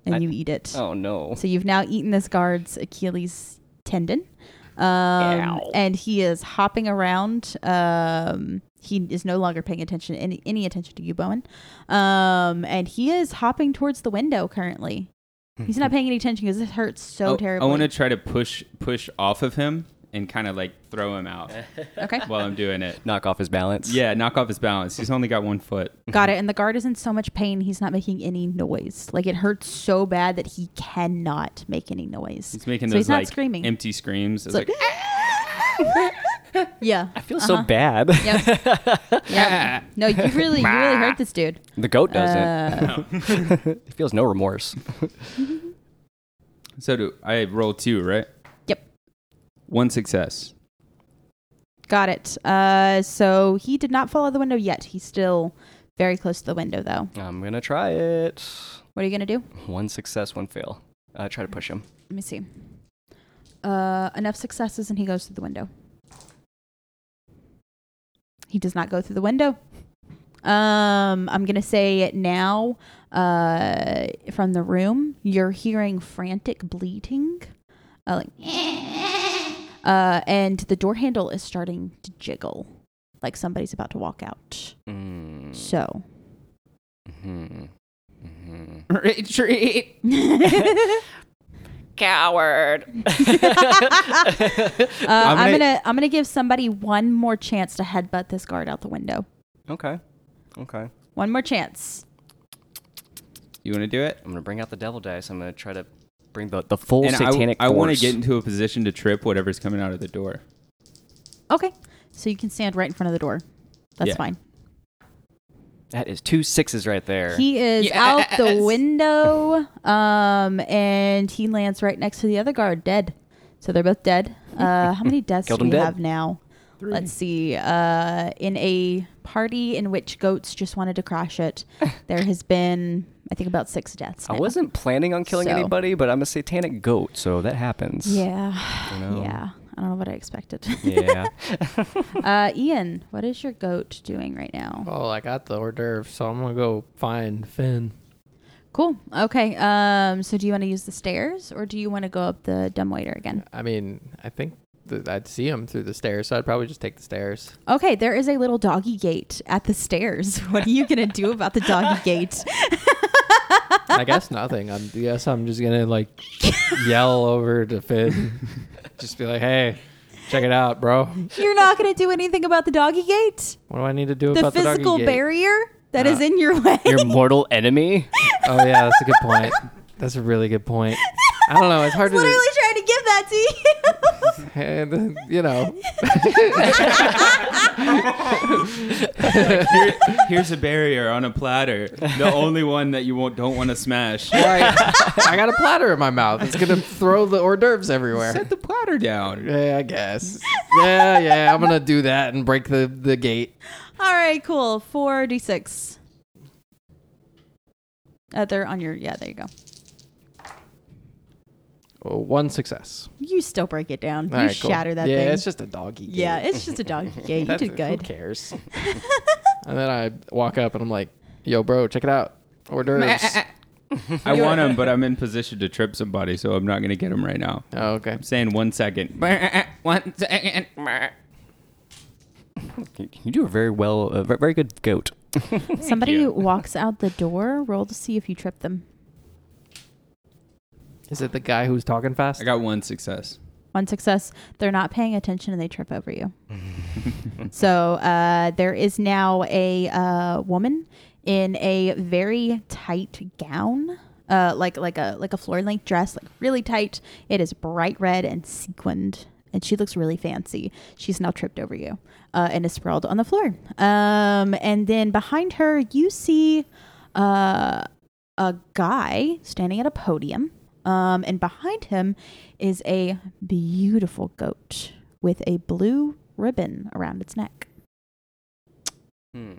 S2: and
S3: I-
S2: you eat it.
S3: Oh no.
S2: So you've now eaten this guard's Achilles tendon. Um,
S3: Ow.
S2: and he is hopping around. Um, he is no longer paying attention any any attention to you, Bowen. Um, and he is hopping towards the window currently. He's not paying any attention because this hurts so
S5: Oh,
S2: terribly.
S5: I want to try to push push off of him and kind of like throw him out
S2: okay,
S5: while I'm doing it.
S3: Knock off his balance.
S5: Yeah, knock off his balance. He's only got one foot.
S2: got it. And the guard is in so much pain, he's not making any noise. Like it hurts so bad that he cannot make any noise.
S5: He's making
S2: So
S5: those
S2: he's not
S5: like
S2: screaming.
S5: empty screams. It's
S2: So-
S5: like,
S2: yeah,
S3: I feel so bad.
S2: Uh-huh. Yep.
S5: "Ah."
S2: Yep. No, you really, you really hurt this dude.
S3: The goat doesn't.
S2: Uh,
S3: It feels no remorse.
S5: so do I roll two, right?
S2: Yep.
S5: One success.
S2: got it. Uh, so he did not fall out the window yet. He's still very close to the window, though.
S3: I'm gonna try it.
S2: What are you gonna do?
S3: One success, one fail. Uh, try to push him.
S2: Let me see. Uh, enough successes, and he goes through the window. He does not go through the window. Um, I'm gonna say it now. Uh, from the room, you're hearing frantic bleating, uh, like, uh, and the door handle is starting to jiggle, like somebody's about to walk out.
S3: Mm.
S2: So,
S3: Mm-hmm. Mm-hmm.
S5: Retreat.
S3: Coward.
S2: uh, I'm,
S5: gonna-
S2: gonna I'm gonna give somebody one more chance to headbutt this guard out the window.
S3: okay. Okay. I'm
S2: One more chance.
S5: You want to do it?
S3: gonna bring out the devil dice. I'm gonna try to bring the, the full
S5: and
S3: satanic
S5: I, I want to
S3: force.
S5: get into a position to trip whatever's coming out of the door.
S2: Okay. So you can stand right in front of the door. That's
S5: Yeah.
S2: fine.
S3: That is two sixes right there.
S2: He is
S3: uh,
S2: out the window, um, and he lands right next to the other guard, dead. So they're both dead. Uh, how many deaths do
S3: Killed
S2: we
S3: him dead.
S2: have now? let Let's see. Uh, in a party in which goats just wanted to crash it, there has been, I think, about six deaths.
S3: I
S2: now.
S3: wasn't planning on killing
S2: So-
S3: anybody, but I'm a satanic goat, so that happens.
S2: Yeah.
S3: You know?
S2: Yeah. I don't know what I expected.
S3: Yeah.
S2: uh, Ian, what is your goat doing right now?
S4: Oh, I got the hors d'oeuvre, so I'm gonna go find Finn.
S2: Cool. Okay. Um, so do you want to use the stairs or do you want to go up the dumbwaiter again?
S4: I mean, I think that I'd see him through the stairs, so I'd probably just take the stairs.
S2: Okay, there is a little doggy gate at the stairs. What are you gonna do about the doggy gate?
S4: I guess nothing. I'm guess I'm just gonna like yell over to Finn, just be like, "Hey, check it out, bro.
S2: You're not gonna do anything about the doggy gate?
S4: What do I need to do
S2: The
S4: about the doggy
S2: physical
S4: gate?" Uh,
S2: barrier that is in your way.
S3: Your mortal enemy.
S4: Oh yeah, that's a good point. That's a really good point. I don't know. It's hard
S2: I was
S4: to
S2: literally trying to give that to you.
S4: and uh, you know
S5: Here- here's a barrier on a platter, the only one that you won't, don't want to smash.
S4: I, I got a platter in my mouth it's gonna throw the hors d'oeuvres everywhere
S5: Set the platter down.
S4: yeah i guess yeah yeah i'm gonna do that and break the the gate
S2: All right, cool. Four d six. Uh, they're on your yeah. There you go.
S4: oh, one success
S2: You still break it down.
S4: All
S2: you
S4: right, cool.
S2: shatter that
S4: yeah
S2: thing.
S4: it's just a doggy gate.
S2: yeah, it's just a doggy gate. You
S4: That's-
S2: did
S4: who
S2: good.
S4: cares and then i walk up and i'm like yo bro check it out hors
S2: eh,
S4: d'oeuvres
S5: I want him, but I'm in position to trip somebody, so I'm not going to get him right now.
S4: oh, okay
S5: I'm saying one second. One second.
S3: You you do a very well, a ve- very good goat.
S2: Somebody
S5: you.
S2: walks out the door. Roll to see if you trip them.
S4: is it the guy who's talking fast
S5: I got one success.
S2: One success. They're not paying attention and they trip over you. so uh, there is now a uh, woman in a very tight gown, uh, like like a like a floor length dress, like really tight. It is bright red and sequined, and she looks really fancy. She's now tripped over you uh, and is sprawled on the floor. Um, and then behind her, you see. Uh, a guy standing at a podium. Um, and behind him is a beautiful goat with a blue ribbon around its neck.
S3: Hmm.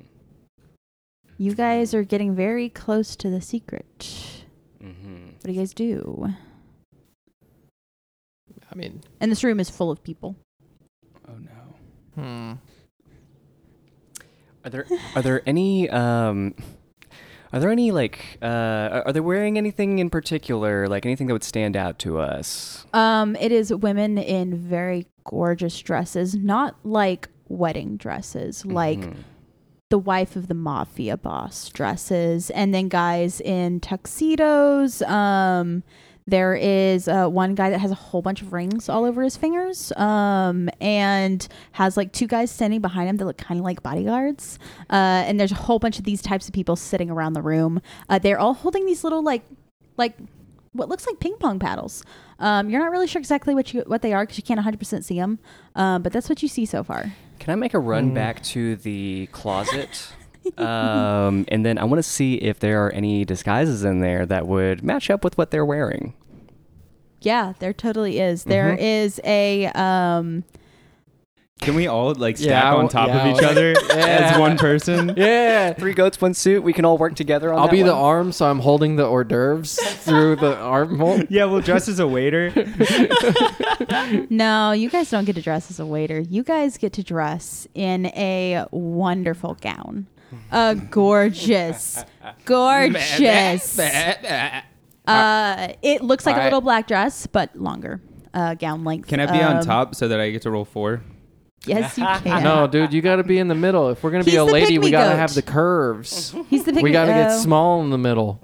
S2: You guys are getting very close to the secret.
S3: Mm-hmm.
S2: What do you guys do?
S4: i mean
S2: And this room is full of people.
S5: Oh, no.
S4: hmm.
S3: Are there are there any um are there any like uh are are they wearing anything in particular like anything that would stand out to us?
S2: Um, it is women in very gorgeous dresses, not like wedding dresses, like
S3: Mhm.
S2: the wife of the mafia boss dresses, and then guys in tuxedos. Um, there is uh, one guy that has a whole bunch of rings all over his fingers, um, and has like two guys standing behind him that look kind of like bodyguards. Uh, and there's a whole bunch of these types of people sitting around the room. Uh, they're all holding these little like, like what looks like ping pong paddles. Um, you're not really sure exactly what you what they are because you can't 100% see them, um, but that's what you see so far.
S3: Can I make a
S2: Hmm.
S3: run back to the closet? um, and then I want to see if there are any disguises in there that would match up with what they're wearing.
S2: Yeah, there totally is. There
S5: Mm-hmm.
S2: is a um,
S5: Can we all like stack
S4: Yeah, I
S5: on
S4: w-
S5: top
S4: yeah, I
S5: of each
S4: w-
S5: other as one person?
S4: Yeah.
S3: Three goats, one suit. We can all work together on
S4: I'll
S3: that
S4: be the
S3: one.
S4: arm, so I'm holding the hors d'oeuvres through the armhole.
S5: Yeah, we'll dress as a waiter.
S2: no. You guys don't get to dress as a waiter. You guys get to dress in a wonderful gown, a gorgeous, gorgeous. Uh, it looks like a
S4: Alright.
S2: little black dress, but longer. Uh, gown length.
S5: Can I be on
S2: Um,
S5: top so that I get to roll four?
S2: Yes, you can.
S4: No, dude, you got to be in the middle. If we're gonna be
S2: He's
S4: a
S2: the
S4: lady, we
S2: pygmy
S4: gotta
S2: goat.
S4: have the curves.
S2: He's the big.
S4: we gotta get
S2: oh.
S4: small in the middle.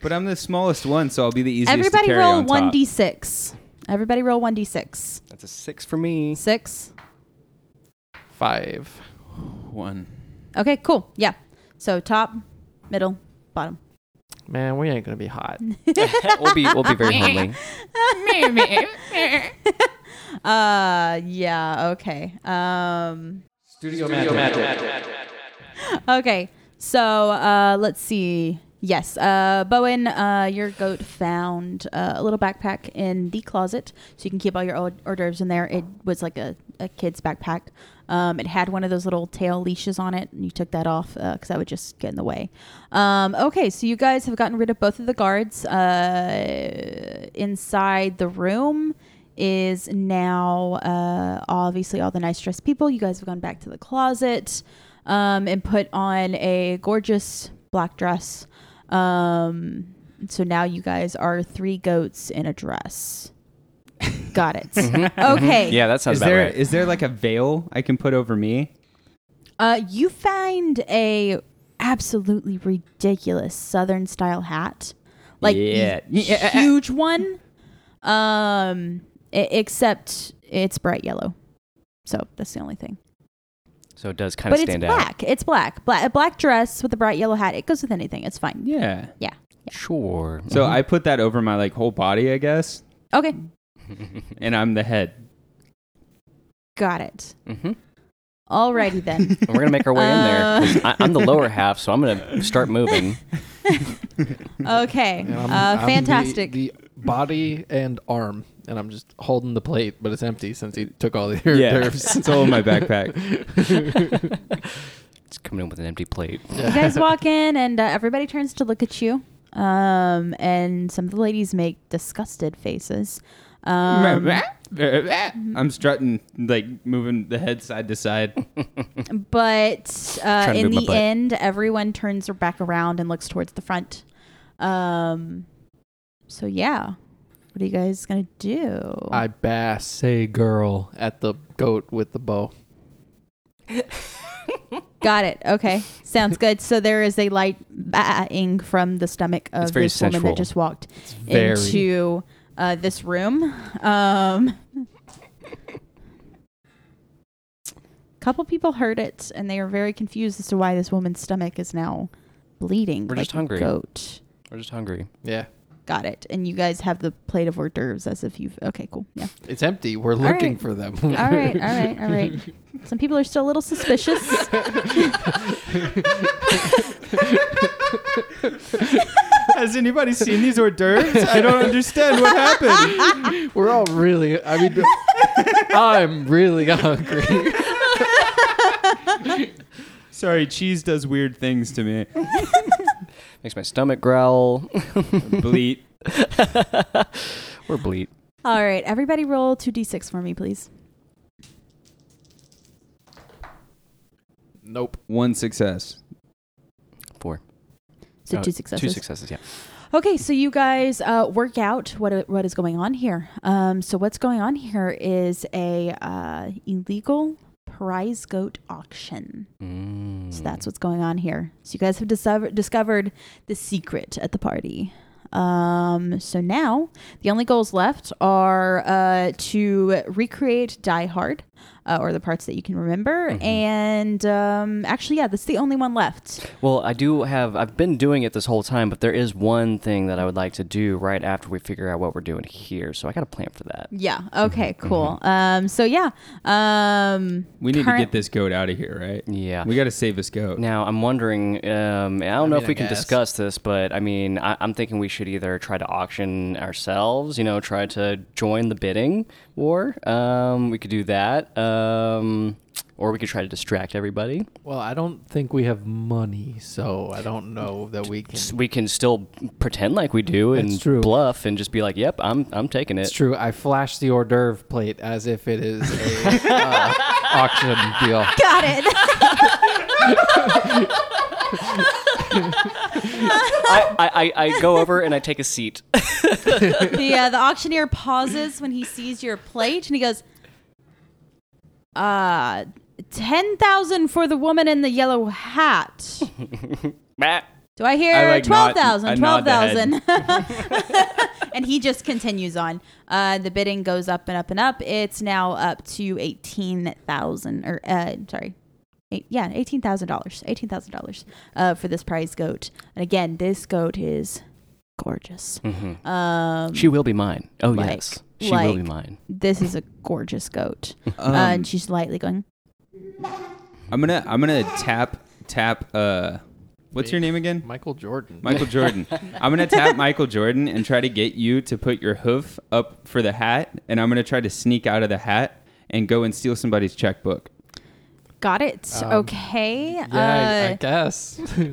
S5: But I'm the smallest one, so I'll be the easiest to
S2: Everybody
S5: carry
S2: roll
S5: on top.
S2: one d six. Everybody roll one d six.
S3: That's a six for me.
S2: Six.
S4: Five.
S5: One.
S2: Okay, cool. Yeah. So top, middle, bottom.
S4: Man, we ain't gonna be hot.
S3: we'll be we'll be very homely.
S2: Uh, yeah. Okay. Um.
S4: Studio, magic.
S2: Okay. So uh, let's see. Yes, uh, Bowen, uh, your goat found uh, a little backpack in the closet, so you can keep all your old hors d'oeuvres in there. It was like a, a kid's backpack. Um, it had one of those little tail leashes on it, and you took that off because that would just get in the way. Um, okay, so you guys have gotten rid of both of the guards. Uh, inside the room is now uh, obviously all the nice dressed people. You guys have gone back to the closet um, and put on a gorgeous black dress. Um, so now you guys are three goats in a dress. Got it. okay.
S3: Yeah, that sounds
S5: Is
S3: about
S5: there is
S3: right.
S5: there like a veil I can put over me?
S2: Uh, you find a absolutely ridiculous Southern style hat, like
S5: Yeah.
S2: huge one. Um, e- except it's bright yellow, so that's the only thing.
S3: so it does kind
S2: But
S3: of
S2: it's
S3: stand out.
S2: black. It's black. Black. A black dress with a bright yellow hat. It goes with anything. It's fine.
S5: Yeah.
S3: Sure.
S5: So
S2: Mm-hmm.
S5: I put that over my like whole body, I guess,
S2: Okay,
S3: Mm-hmm.
S5: and I'm the head.
S2: got it.
S3: hmm
S2: Alrighty then.
S3: We're gonna make our way in there.
S2: Uh.
S3: 'cause I, I'm the lower half, so I'm gonna start moving.
S2: Okay.
S4: And I'm-
S2: uh,
S4: I'm
S2: fantastic.
S4: The, the body and arm, and I'm just holding the plate, but it's empty since he took all the hors
S5: Yeah,
S4: d'oeuvres.
S5: it's all in my backpack.
S3: It's coming in with an empty plate.
S2: you guys walk in and uh, everybody turns to look at you um, and some of the ladies make disgusted faces um,
S5: I'm strutting, like moving the head side to side.
S2: but uh,
S3: Trying to
S2: in
S3: move my
S2: the
S3: butt.
S2: end everyone turns their back around and looks towards the front um, so yeah what are you guys gonna do
S4: I bass say girl at the goat with the bow.
S2: got it okay sounds good so there is a light bang from the stomach of
S3: It's very
S2: this woman
S3: sensual.
S2: that just walked
S4: It's very
S2: into uh, this room. Um, couple people heard it, and they are very confused as to why this woman's stomach is now bleeding.
S3: We're
S2: like
S3: just hungry.
S2: A goat.
S3: We're just hungry.
S4: yeah.
S2: Got it. And you guys have the plate of hors d'oeuvres as if you've. Okay, cool. Yeah.
S4: It's empty. We're looking
S2: right.
S4: for them.
S2: All right. All right. All right. Some people are still a little suspicious.
S5: Has anybody seen these hors d'oeuvres? I don't understand what happened.
S4: We're all really. I mean, I'm really hungry.
S5: Sorry, cheese does weird things to me.
S3: Makes my stomach growl.
S5: Bleat.
S3: We're bleat.
S2: All right. Everybody, roll two d6 for me, please.
S4: Nope.
S5: One success.
S3: Four.
S2: So
S3: Uh,
S2: two successes.
S3: Two successes. Yeah.
S2: Okay, so you guys uh, work out what what is going on here. Um, so what's going on here is a uh, illegal prize goat auction.
S3: Mm.
S2: So that's what's going on here. So you guys have discover- discovered the secret at the party. Um, so now the only goals left are uh, to recreate Die Hard, uh, or the parts that you can remember.
S5: Mm-hmm.
S2: And um, actually, yeah, that's the only one left.
S3: Well, I do have. I've been doing it this whole time, but there is one thing that I would like to do right after we figure out what we're doing here. So I got a plan for that.
S2: Yeah. Okay. Cool. Um, so yeah. Um,
S5: Mm-hmm. We need
S2: current-
S5: to get this goat out of here, right?
S3: Yeah.
S5: We got to save this goat.
S3: Now I'm wondering. Um, I don't know
S4: mean,
S3: if we
S4: I
S3: can
S4: guess.
S3: discuss this, but I mean, I, I'm thinking we should either try to auction ourselves. You know, try to join the bidding war. Um, we could do that, um, or we could try to distract everybody.
S4: Well, I don't think we have money, so I don't know that we can.
S3: S- We can still pretend like we do and
S4: That's true.
S3: bluff and just be like, "Yep, I'm I'm taking it."
S4: It's true. I flashed the hors d'oeuvre plate as if it is a uh, auction deal.
S2: Got it.
S3: I, I, I, I go over and I take a seat.
S2: the uh, the auctioneer pauses when he sees your plate and he goes, uh, 10,000 for the woman in the yellow hat.
S3: Bah.
S2: Do I hear
S5: I like nod-
S2: 12,000?
S5: I nod the head.
S2: 12,000. and he just continues on. Uh, the bidding goes up and up and up. It's now up to 18,000 or uh, sorry. Eight, yeah, eighteen thousand dollars. Eighteen thousand dollars uh, for this prize goat. And again, this goat is gorgeous. Um,
S3: She will be mine. Oh
S2: Like-
S3: yes, she will be
S2: like-
S3: mine.
S2: this is a gorgeous goat.
S5: Um,
S2: uh, and she's lightly going,
S5: I'm gonna I'm gonna tap tap. Uh, what's your name again?
S4: Michael Jordan.
S5: Michael Jordan. I'm gonna tap Michael Jordan and try to get you to put your hoof up for the hat, and I'm gonna try to sneak out of the hat and go and steal somebody's checkbook.
S2: "Got it,
S4: Um,
S2: okay."
S4: yeah, I, I guess.
S2: uh,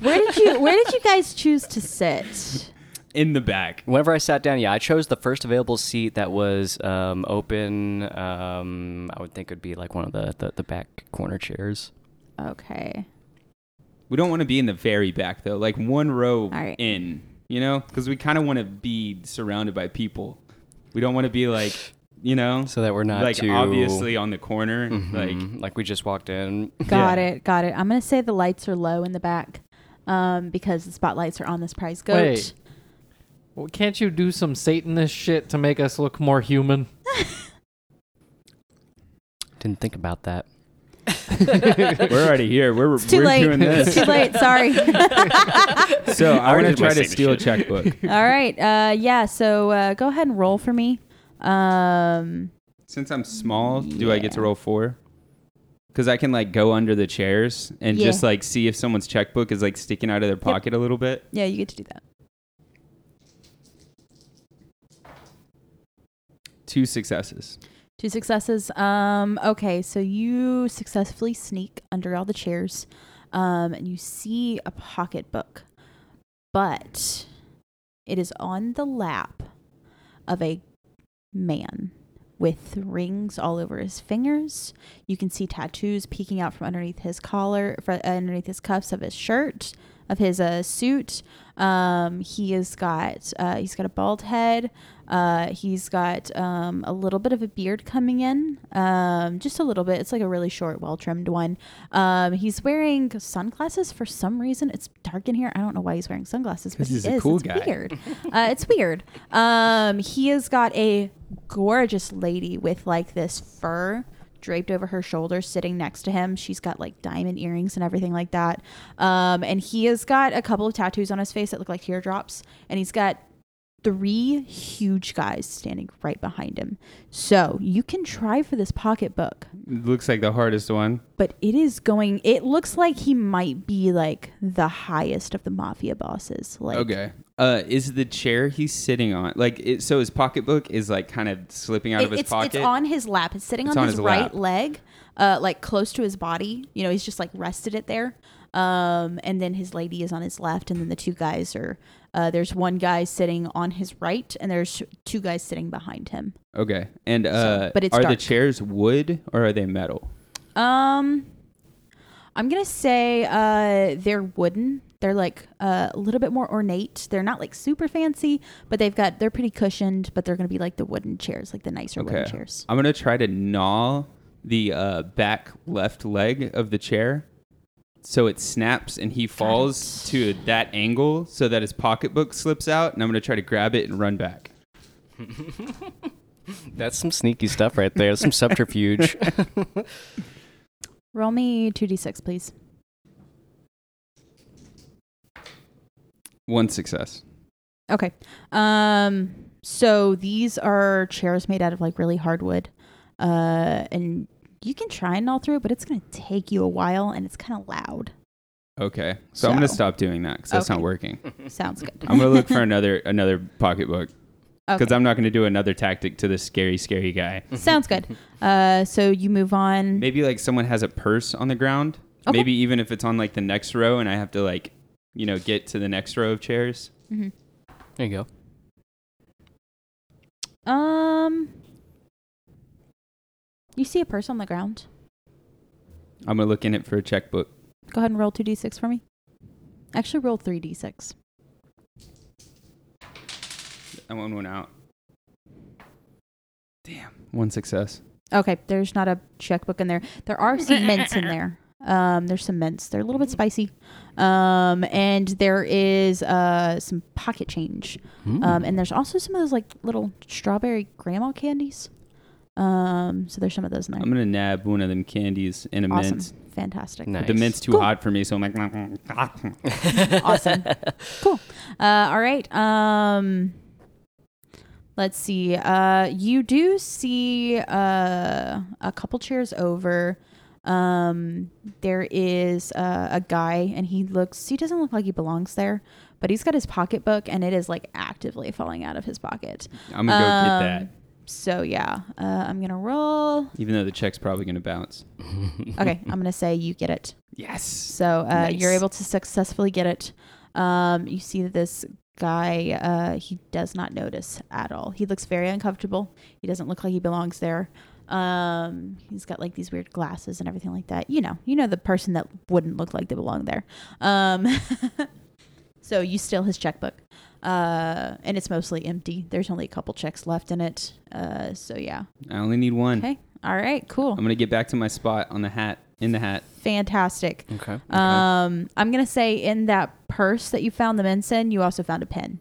S2: where did you Where did you guys choose to sit?
S5: In the back.
S3: Whenever I sat down, yeah, I chose the first available seat that was um, open. Um, I would think would be like one of the, the, the back corner chairs.
S2: Okay,
S5: We don't want to be in the very back though, like one row
S2: right.
S5: in. You know, because we kind of want to be surrounded by people. We don't want to be like, you know,
S3: So that we're not
S5: like
S3: too-
S5: obviously on the corner, like.
S3: Mhm. like we just walked in.
S2: got
S5: Yeah.
S2: it, got it. I'm gonna say the lights are low in the back, um, because the spotlights are on this prize goat.
S4: Wait. Well, can't you do some Satanist shit to make us look more human?
S3: Didn't think about that.
S5: We're already here. We're,
S2: It's too
S5: we're
S2: late.
S5: doing
S2: It's
S5: this.
S2: too late. Sorry.
S5: So I want
S3: already
S5: to
S3: did my
S5: try to
S3: Satan
S5: steal a
S3: shit.
S5: checkbook.
S2: All right. Uh, yeah. So uh, go ahead and roll for me. Um,
S5: Since I'm small, do I get to
S2: Yeah.
S5: roll four? Because I can like go under the chairs and
S2: Yeah.
S5: just like see if someone's checkbook is like sticking out of their pocket a little bit.
S2: yeah, you get to do that.
S5: Two successes.
S2: Two successes. Um, okay, so you successfully sneak under all the chairs, um, and you see a pocketbook, but it is on the lap of a man with rings all over his fingers. You can see tattoos peeking out from underneath his collar, fr- uh, underneath his cuffs of his shirt, of his uh, suit. Um, he has got uh, he's got a bald head. Uh, he's got um, a little bit of a beard coming in, um, just a little bit. It's like a really short, well trimmed one. Um, he's wearing sunglasses for some reason. It's dark in here. I don't know why he's wearing sunglasses, but
S5: 'Cause
S2: he
S5: he's
S2: is.
S5: a cool
S2: It's
S5: guy.
S2: weird. Uh, it's weird. Um, he has got a gorgeous lady with like this fur draped over her shoulder sitting next to him. She's got like diamond earrings and everything like that. Um, and he has got a couple of tattoos on his face that look like teardrops. And he's got three huge guys standing right behind him. So you can try for this pocketbook,
S5: Looks like the hardest one.
S2: but it is going, it looks like he might be like the highest of the mafia bosses. Like,
S5: Okay. Uh, is the chair he's sitting on like it, so? His pocketbook is like kind of slipping out
S2: It-
S5: of his
S2: it's,
S5: pocket.
S2: it's on his lap. It's sitting
S5: It's
S2: on,
S5: on
S2: his,
S5: his
S2: right
S5: lap.
S2: leg, uh, like close to his body. You know, he's just like rested it there. Um, and then his lady is on his left, and then the two guys are. Uh, there's one guy sitting on his right, and there's two guys sitting behind him.
S5: Okay. And uh,
S2: but it's
S5: are the
S2: dark.
S5: chairs wood or are they metal?
S2: Um, I'm gonna say uh, they're wooden. They're like uh, a little bit more ornate. They're not like super fancy, but they've got they're pretty cushioned. But they're gonna be like the wooden chairs, like the nicer
S5: Okay.
S2: wooden chairs.
S5: I'm gonna try to gnaw the uh, back left leg of the chair. So it snaps and he falls to that angle so that his pocketbook slips out. And I'm going to try to grab it and run back.
S3: That's some sneaky stuff right there. Some subterfuge.
S2: Roll me 2d6, please.
S5: One success.
S2: Okay. Um so these are chairs made out of like really hardwood. Uh and you can try and all through, but it's going to take you a while and it's kind of loud.
S5: Okay. So, I'm going to
S2: So-
S5: stop doing that because that's
S2: Okay.
S5: not working.
S2: Sounds good.
S5: I'm going to look for another another pocketbook because
S2: Okay.
S5: I'm not going to do another tactic to this scary, scary guy.
S3: Mm-hmm.
S2: Sounds good. Uh so you move on.
S5: Maybe like someone has a purse on the ground.
S2: Mm. Okay.
S5: Maybe even if it's on like the next row and I have to like, you know, get to the next row of chairs.
S2: Mm-hmm.
S3: There you go.
S2: Um You see a purse on the ground?
S5: I'm going to look in it for a checkbook.
S2: Go ahead and roll 2d6 for me. Actually, roll 3d6.
S5: I want one out. Damn. One success.
S2: Okay, there's not a checkbook in there. There are some mints in there. Um, there's some mints. They're a little bit spicy. Um, and there is uh, some pocket change.
S3: Hmm. Mm.
S2: Um, and there's also some of those like little strawberry grandma candies. Um, so there's some of those in there.
S5: I'm going to nab one of them candies and a
S2: awesome.
S5: mint.
S2: Fantastic.
S3: Nice.
S5: The mint's too
S2: Cool.
S5: hot for me, so I'm like, mm-mm.
S2: awesome. Cool. Uh, all right. Um, let's see. Uh, you do see uh, a couple chairs over. Um, there is uh, a guy, and he looks. He doesn't look like he belongs there, but he's got his pocketbook, and it is like actively falling out of his pocket.
S5: I'm going to go
S2: Um,
S5: get that,
S2: So yeah, uh, I'm gonna roll.
S5: even though the check's probably going to bounce.
S2: Okay, I'm gonna say you get it.
S5: Yes.
S2: So uh, you're
S3: Nice.
S2: able to successfully get it. Um, you see that this guy, uh, he does not notice at all. He looks very uncomfortable. He doesn't look like he belongs there. Um, he's got like these weird glasses and everything like that. You know, you know the person that wouldn't look like they belong there. Um, so you steal his checkbook, uh, and it's mostly empty. There's only a couple checks left in it. Uh, so yeah.
S5: I only need one.
S2: Okay. All right. Cool.
S5: I'm going to get back to my spot on the hat, in the hat.
S2: Fantastic.
S3: Okay.
S2: Um, I'm gonna say in that purse that you found the mints in, you also found a pen.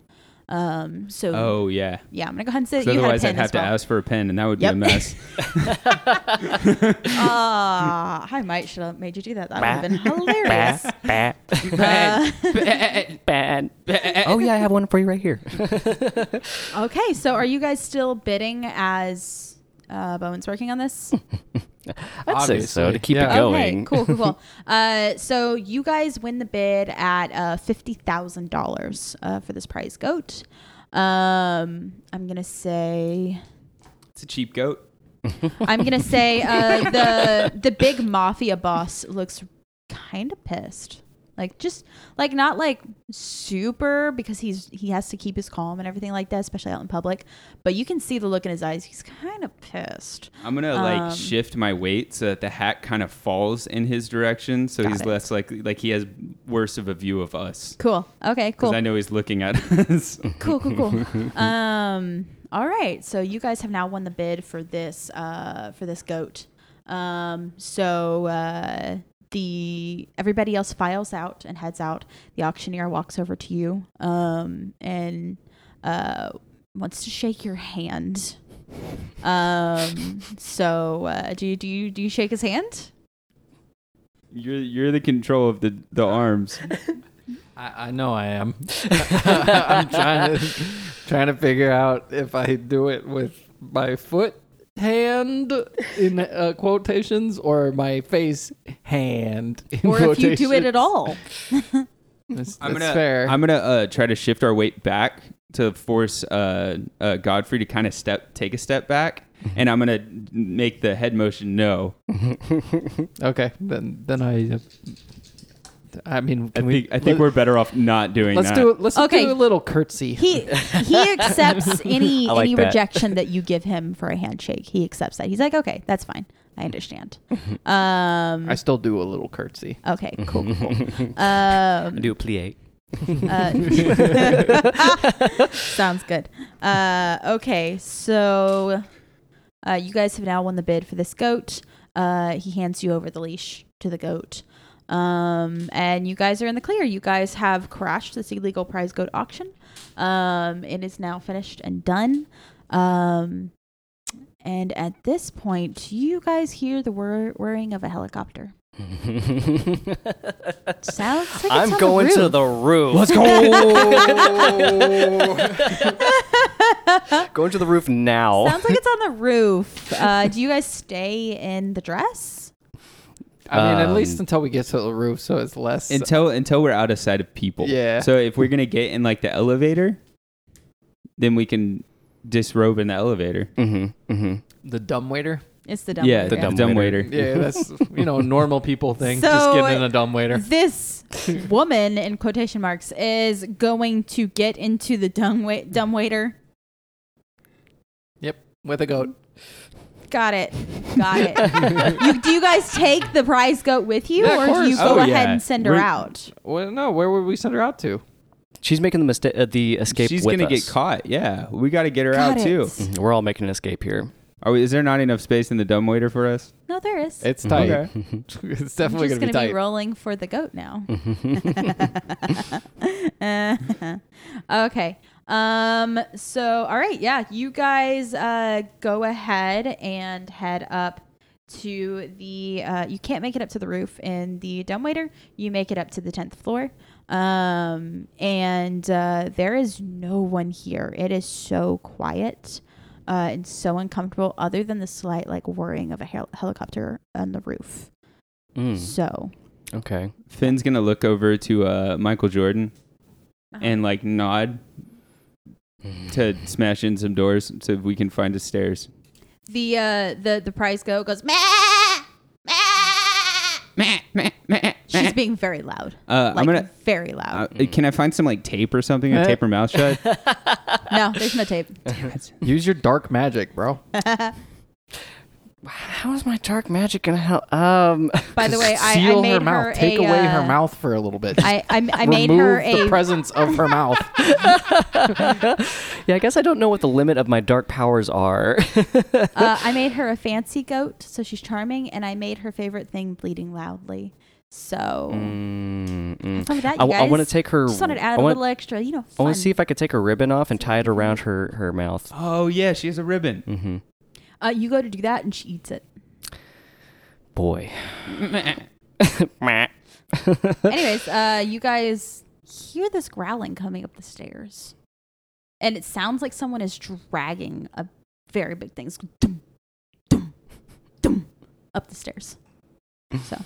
S2: Um, so
S5: Oh, yeah.
S2: yeah, I'm gonna go ahead and say
S5: 'Cause
S2: that you had a
S5: otherwise,
S2: pen
S5: I'd have
S2: as
S5: to
S2: well.
S5: ask for a pen, and that would
S2: Yep.
S5: be a mess.
S2: Ah, I might should have made you do that. That would have been hilarious. Uh,
S5: Bad.
S3: Bad. Oh yeah, I have one for you right here.
S2: Uh, Okay, so are you guys still bidding as uh, Bowen's working on this?
S3: I'd say so to
S4: Obviously,
S3: keep
S4: yeah.
S3: it going.
S2: Okay, cool, cool, cool. uh, so you guys win the bid at uh, fifty thousand uh, dollars for this prize goat. Um, I'm gonna say
S5: it's a cheap goat.
S2: I'm gonna say uh, the the big mafia boss looks kind of pissed. Like just like not like super because he's he has to keep his calm and everything like that, especially out in public. But you can see the look in his eyes. He's kind of pissed.
S5: I'm gonna like
S2: Um,
S5: shift my weight so that the hat kind of falls in his direction, so
S2: Got
S5: he's
S2: it.
S5: less like like he has worse of a view of us
S2: Cool. Okay.
S5: because
S2: Cool.
S5: I know he's looking at us.
S2: cool. Cool. Cool. um. All right. So you guys have now won the bid for this uh for this goat. Um. So uh the everybody else files out and heads out. The auctioneer walks over to you um, and uh, wants to shake your hand. Um, so uh, do you do you do you shake his hand?
S5: you're you're the control of the the arms.
S4: I, I know I am. I'm trying to trying to figure out if I do it with my foot hand in uh, quotations or my face hand in
S2: Or if you do it at
S4: quotations.
S2: all.
S4: That's, that's
S5: I'm gonna
S4: fair.
S5: I'm gonna uh, try to shift our weight back to force uh, uh, Godfrey to kind of step take a step back,
S2: Mm-hmm.
S5: and I'm gonna make the head motion no.
S4: okay, then then I. I mean,
S5: I
S4: can we?
S5: think I think
S4: let-
S5: we're better off not doing
S4: Let's
S5: that.
S4: do it. Let's
S2: Okay.
S4: do a little curtsy.
S2: He he accepts any
S3: I like
S2: any
S3: that.
S2: rejection that you give him for a handshake. He accepts that. He's like, okay, that's fine. I understand. Um,
S4: I still do a little curtsy.
S2: okay, cool. cool.
S3: I
S2: Um,
S3: do a plie.
S2: uh, sounds good. Uh, okay, so uh, you guys have now won the bid for this goat. Uh, he hands you over the leash to the goat. Um, and you guys are in the clear. You guys have crashed this illegal prize goat auction. Um, it is now finished and done. Um, and at this point, you guys hear the whir- whirring of a helicopter. Sounds like it's on
S3: I'm
S2: the
S3: going to
S2: roof.
S3: the roof.
S5: Let's go.
S3: going to the roof now.
S2: Sounds like it's on the roof. Uh, do you guys stay in the dress?
S4: I mean, at
S3: Um,
S4: least until we get to the roof, so it's less.
S5: until until we're out of sight of people.
S4: Yeah.
S5: So if we're gonna get in like the elevator, then we can disrobe in the elevator.
S3: mm-hmm. Mm-hmm.
S4: the dumb waiter.
S2: It's the dumb
S5: yeah,
S2: waiter.
S5: the
S3: dumb
S5: dumb
S3: waiter.
S5: waiter.
S4: Yeah, that's you know normal people thing.
S2: So- uh,
S4: just getting in a dumb waiter.
S2: This woman in quotation marks is going to get into the dumb wait dumb waiter.
S4: Yep, with a goat.
S2: Got it. Got it. you, do you guys take the prize goat with you,
S4: Yeah, of
S2: or do you
S4: course.
S2: go
S5: Oh,
S2: ahead
S5: yeah.
S2: and send her
S5: We're-
S2: out?
S4: Well, no, where would we send her out to?
S3: She's making the mistake, uh, the escape.
S5: She's
S3: with
S5: gonna
S3: us.
S5: get caught. Yeah, we got to get her
S2: Got
S5: out
S2: it.
S5: too.
S3: Mhm, We're all making an escape here.
S5: Are we, is there not enough space in the dumb waiter for us?
S2: No, there is.
S4: It's
S3: Mhm.
S4: tight.
S5: Okay.
S4: it's
S2: I'm
S4: definitely
S2: just
S4: gonna be
S2: gonna
S4: tight.
S2: rolling for the goat now.
S3: Mhm.
S2: okay. Um so all right, yeah, you guys uh go ahead and head up to the uh you can't make it up to the roof in the dumbwaiter. You make it up to the 10th floor. Um and uh there is no one here. It is so quiet. Uh, and so uncomfortable, other than the slight like whirring of a hel- helicopter on the roof.
S3: Mm,
S2: So,
S3: okay.
S5: Finn's gonna look over to uh, Michael Jordan
S2: Uh-huh.
S5: and like nod to smash in some doors so we can find the stairs.
S2: the uh the the prize goat goes meh, meh.
S5: Meh, meh, meh, meh.
S2: She's being very loud.
S5: Uh,
S2: Like
S5: I'm gonna.
S2: very loud.
S5: Uh, can I find some like tape or something to
S4: Eh.
S5: tape her mouth shut?
S2: no, there's no tape.
S4: Use your dark magic, bro.
S3: How is my dark magic gonna help? Um,
S2: By the way, I,
S4: Seal
S2: I made
S4: her
S2: her,
S4: mouth. Take
S2: a,
S4: away her
S2: uh,
S4: mouth for a little bit.
S2: I I, I made
S4: Remove
S2: her
S4: the
S2: a
S4: presence of her mouth.
S3: yeah, I guess I don't know what the limit of my dark powers are.
S2: uh, I made her a fancy goat, so she's charming, and I made her favorite thing bleeding loudly. So
S3: Mm-mm.
S2: some of that,
S3: Mm. I,
S2: you guys.
S3: want to take her.
S2: Just wanted to add
S3: I
S2: a
S3: wanna-
S2: little extra, you know.
S3: I
S2: Fun. Mm-hmm.
S3: want to see if I could take a ribbon off and tie it around her her mouth.
S5: oh yeah, she has a ribbon.
S3: hmm
S2: uh, you go to do that, and she eats it.
S3: Boy.
S2: Anyways, uh, you guys hear this growling coming up the stairs, and it sounds like someone is dragging a very big thing It's dum, dum, dum, up the stairs. So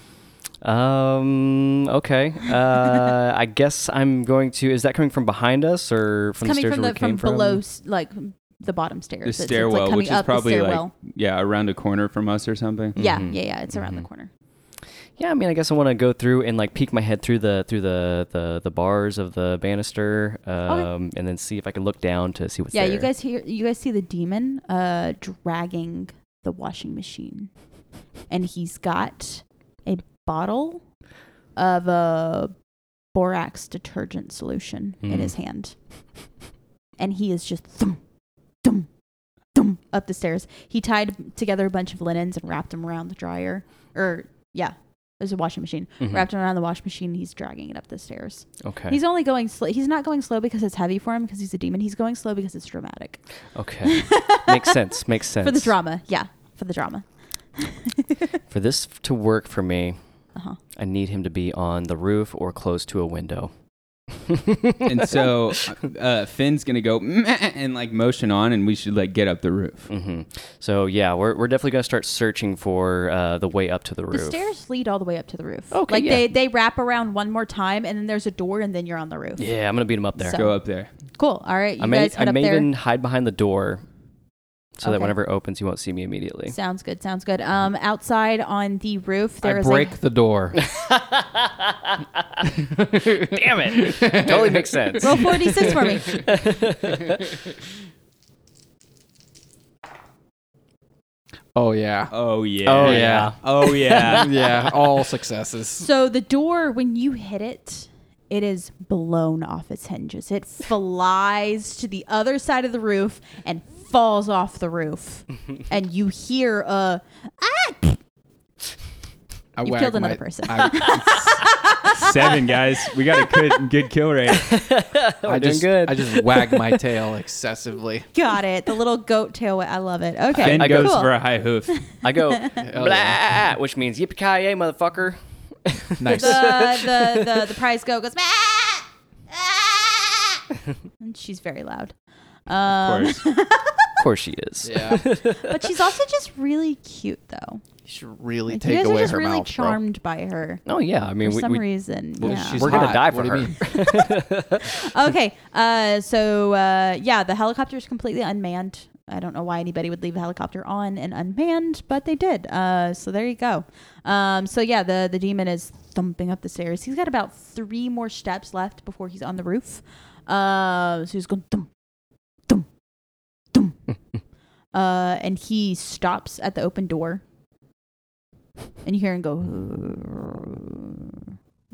S3: Um. Okay. Uh. I guess I'm going to. Is that coming from behind us or from the
S2: coming
S3: stairs
S2: from
S3: where
S2: the
S3: it
S2: from
S3: came from?
S2: below, s- like the bottom stairs,
S5: The
S2: It's- it's, like,
S5: stairwell,
S2: coming
S5: which is
S2: up the
S5: probably like
S2: stairwell.
S5: yeah, around a corner from us or something.
S2: yeah,
S3: Mhm.
S2: yeah, yeah. It's around the
S3: Mhm.
S2: corner.
S3: Yeah. I mean, I guess I want to go through and like peek my head through the through the the, the bars of the banister, um, and then see if I can look down to see what's
S2: yeah,
S3: there.
S2: you guys hear, you guys see the demon uh, dragging the washing machine, and he's got a bottle of a borax detergent solution in
S3: Mm.
S2: his hand, and he is just thum, thum, thum up the stairs. He tied together a bunch of linens and wrapped them around the dryer, or yeah, there's a washing machine
S3: Mhm.
S2: wrapped 'em around the washing machine. He's dragging it up the stairs.
S3: Okay.
S2: He's only going slow. He's not going slow because it's heavy for him because he's a demon. He's going slow because it's dramatic.
S3: okay. makes sense. Makes sense.
S2: For the drama. Yeah. For the drama.
S3: For this f- to work for me,
S2: Uh-huh.
S3: I need him to be on the roof or close to a window.
S5: and so uh, Finn's gonna go "Meh," and like motion on, and we should like get up the roof.
S3: hmm So yeah, we're, we're definitely gonna start searching for uh, the way up to the
S2: The
S3: roof.
S2: stairs lead all the way up to the roof.
S3: Okay,
S2: Like
S3: yeah.
S2: they, they wrap around one more time and then there's a door and then you're on the roof.
S3: Yeah, I'm gonna beat him up there.
S2: So-
S5: Go up there.
S2: Cool. All right. You
S3: I may
S2: guys head
S3: I
S2: up
S3: may
S2: there.
S3: even hide behind the door, so that
S2: Okay.
S3: whenever it opens, he won't see me immediately.
S2: Sounds good. Sounds good. Um, outside on the roof there
S4: I
S2: is
S4: break
S2: a
S4: the door.
S3: Damn it! totally makes sense.
S2: roll forty six for me.
S4: Oh yeah.
S5: Oh yeah.
S3: Oh,
S5: Oh yeah.
S3: yeah.
S5: Oh yeah.
S4: yeah, all successes.
S2: So the door, when you hit it, it is blown off its hinges. It flies to the other side of the roof and falls off the roof. and you hear a ah
S4: I
S2: You've
S4: whack
S2: killed
S4: my-
S2: another person.
S4: I,
S5: Seven guys, we got a good good kill rate.
S3: We're
S4: I
S3: Oh, doing
S4: just
S3: good.
S4: I just wag my tail excessively.
S2: Got it. The little goat tail. wa- I love it. Okay.
S5: Ben
S3: I go-
S5: goes
S2: cool.
S5: for a high hoof.
S3: I go
S4: Hell
S3: blah,
S4: yeah.
S3: which means yippee ki yay, motherfucker.
S4: Nice.
S2: the, the, the, the prize goat goes, "Ah! Ah!" and she's very loud. Um,
S5: Of course.
S3: Of course she is.
S4: yeah.
S2: but she's also just really cute, though.
S4: You should really
S2: Like,
S4: take
S2: you guys
S4: away
S2: are just
S4: her
S2: really
S4: mouth, bro.
S2: charmed by her
S3: Oh yeah, I mean
S2: for
S3: we,
S2: some
S3: we-
S2: reason.
S4: Well,
S2: yeah.
S4: she's
S3: we're gonna
S4: hot.
S3: die for
S4: What do you
S3: her.
S2: okay. Uh, so uh, yeah, the helicopter is completely unmanned. I don't know why anybody would leave a helicopter on and unmanned, but they did. Uh, so there you go. Um, so yeah, the the demon is thumping up the stairs. He's got about three more steps left before he's on the roof. Uh, so he's going thump, thump, thump. uh, and he stops at the open door, and you hear him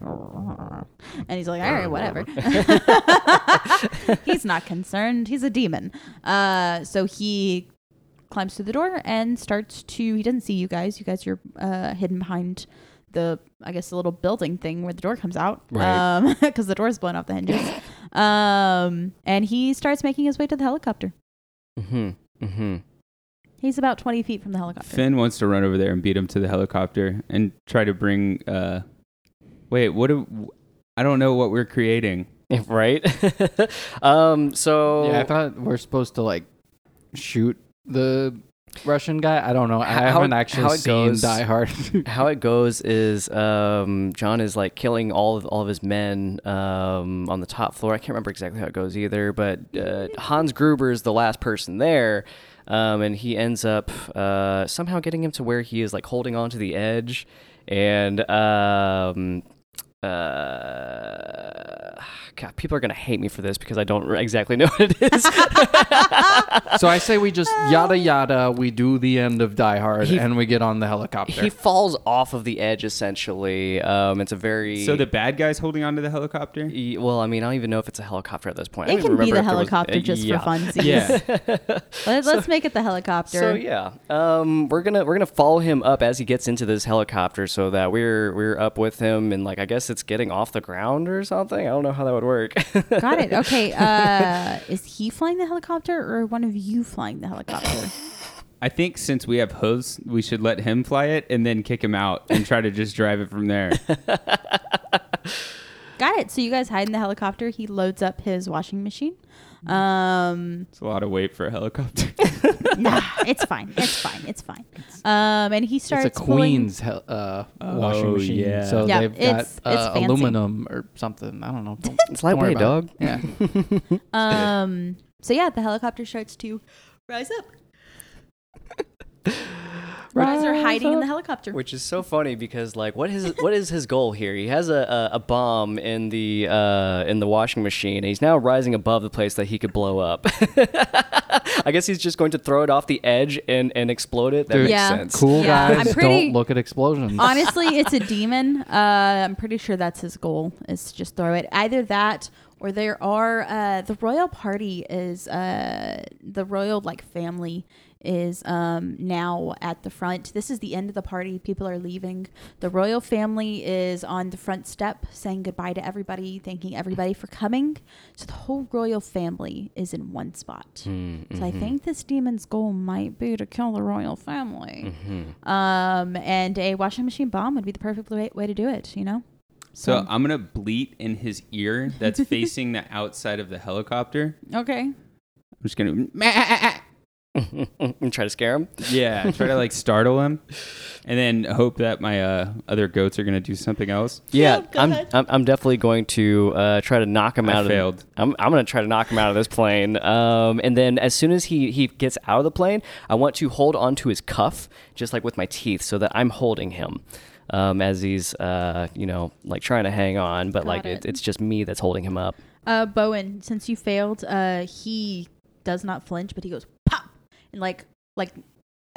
S2: go. And he's like, all right, whatever. he's not concerned. He's a demon. Uh, so he climbs through the door and starts to. He doesn't see you guys. You guys are uh, hidden behind the, I guess, the little building thing where the door comes out.
S3: Right.
S2: Because the door's blown off the hinges. um, and he starts making his way to the helicopter.
S3: mm-hmm. Mm-hmm.
S2: He's about 20 feet from the helicopter.
S5: Finn wants to run over there and beat him to the helicopter and try to bring. uh Wait, what? Do, I don't know what we're creating.
S3: Mm-hmm. Right. um. So
S4: Yeah, I thought we're supposed to like shoot the Russian guy. I don't know. I
S3: How-
S4: haven't
S3: how
S4: actually
S3: it
S4: seen
S3: goes-
S4: Die Hard.
S3: how it goes is um, John is like killing all of all of his men um, on the top floor. I can't remember exactly how it goes either, but uh, Hans Gruber is the last person there, um, and he ends up uh, somehow getting him to where he is like holding on to the edge, and um, uh, God, people are gonna hate me for this because I don't exactly know what it is.
S4: so I say we just yada yada. We do the end of Die Hard
S3: He-
S4: and we get on the helicopter.
S3: he falls off of the edge essentially. Um, it's a very
S5: So the bad guy's holding onto the helicopter.
S3: Y- Well, I mean, I don't even know if it's a helicopter at this point. I
S2: it
S3: don't even
S2: can be
S3: remember
S2: the
S3: if there was-
S2: helicopter
S3: uh,
S2: just
S3: yeah.
S2: for funsies.
S5: Yeah,
S2: Let, us make it the helicopter.
S3: So yeah, um, we're gonna we're gonna follow him up as he gets into this helicopter, so that we're we're up with him, and like I guess it's getting off the ground or something. I don't know how that would work.
S2: Got it. Okay. Uh, is he flying the helicopter or one of you flying the helicopter?
S5: I think since we have hooves, we should let him fly it and then kick him out and try to just drive it from there.
S2: Got it. So you guys hide in the helicopter. He loads up his washing machine.
S3: Mm-hmm.
S2: Um,
S5: It's a lot of weight for a helicopter.
S2: nah, it's fine. It's fine. It's fine. Um, and he starts
S4: it's a
S2: pulling-
S4: Queens hel- uh, washing
S5: Oh,
S4: machine,
S5: yeah.
S4: so
S2: Yeah,
S4: they've got
S2: it's- it's
S4: uh,
S2: fancy.
S4: aluminum or something. I don't know. Don't,
S3: it's
S4: don't worry
S3: lightweight,
S4: about
S3: dog.
S4: it. Yeah.
S2: Um, so yeah, the helicopter starts to rise up. You guys are hiding in the helicopter.
S3: Which is so funny because like what is what is his goal here? He has a, a, a bomb in the uh, in the washing machine and he's now rising above the place that he could blow up. I guess he's just going to throw it off the edge and, and explode it. That
S4: Dude,
S3: makes
S2: Yeah.
S3: sense.
S4: Cool
S2: Yeah, I'm
S4: guys,
S2: pretty-
S4: don't look at explosions.
S2: Honestly, it's a demon. Uh, I'm pretty sure that's his goal is to just throw it. Either that or there are uh, the royal party is uh, the royal like family is um, now at the front. This is the end of the party. People are leaving. The royal family is on the front step saying goodbye to everybody, thanking everybody for coming. So the whole royal family is in one spot. So I think this demon's goal might be to kill the royal family. Um, and a washing machine bomb would be the perfect way, way to do it, you know?
S5: So
S2: Um,
S5: I'm gonna bleat in his ear that's facing the outside of the helicopter.
S2: Okay.
S5: I'm just gonna
S3: and try to scare him.
S5: yeah, try to like startle him, and then hope that my uh, other goats are gonna do something else.
S3: Yeah,
S2: go
S3: I'm,
S2: ahead.
S3: I'm I'm definitely going to uh, try to knock him
S5: I
S3: out of
S5: failed.
S3: I'm I'm going to try to knock him out of this plane. Um, and then as soon as he he gets out of the plane, I want to hold onto his cuff just like with my teeth so that I'm holding him. Um, as he's, uh, you know, like trying to hang on, but
S2: Got
S3: like
S2: it.
S3: it. it's just me that's holding him up.
S2: Uh, Bowen, since you failed, uh, he does not flinch, but he goes pop and like, like,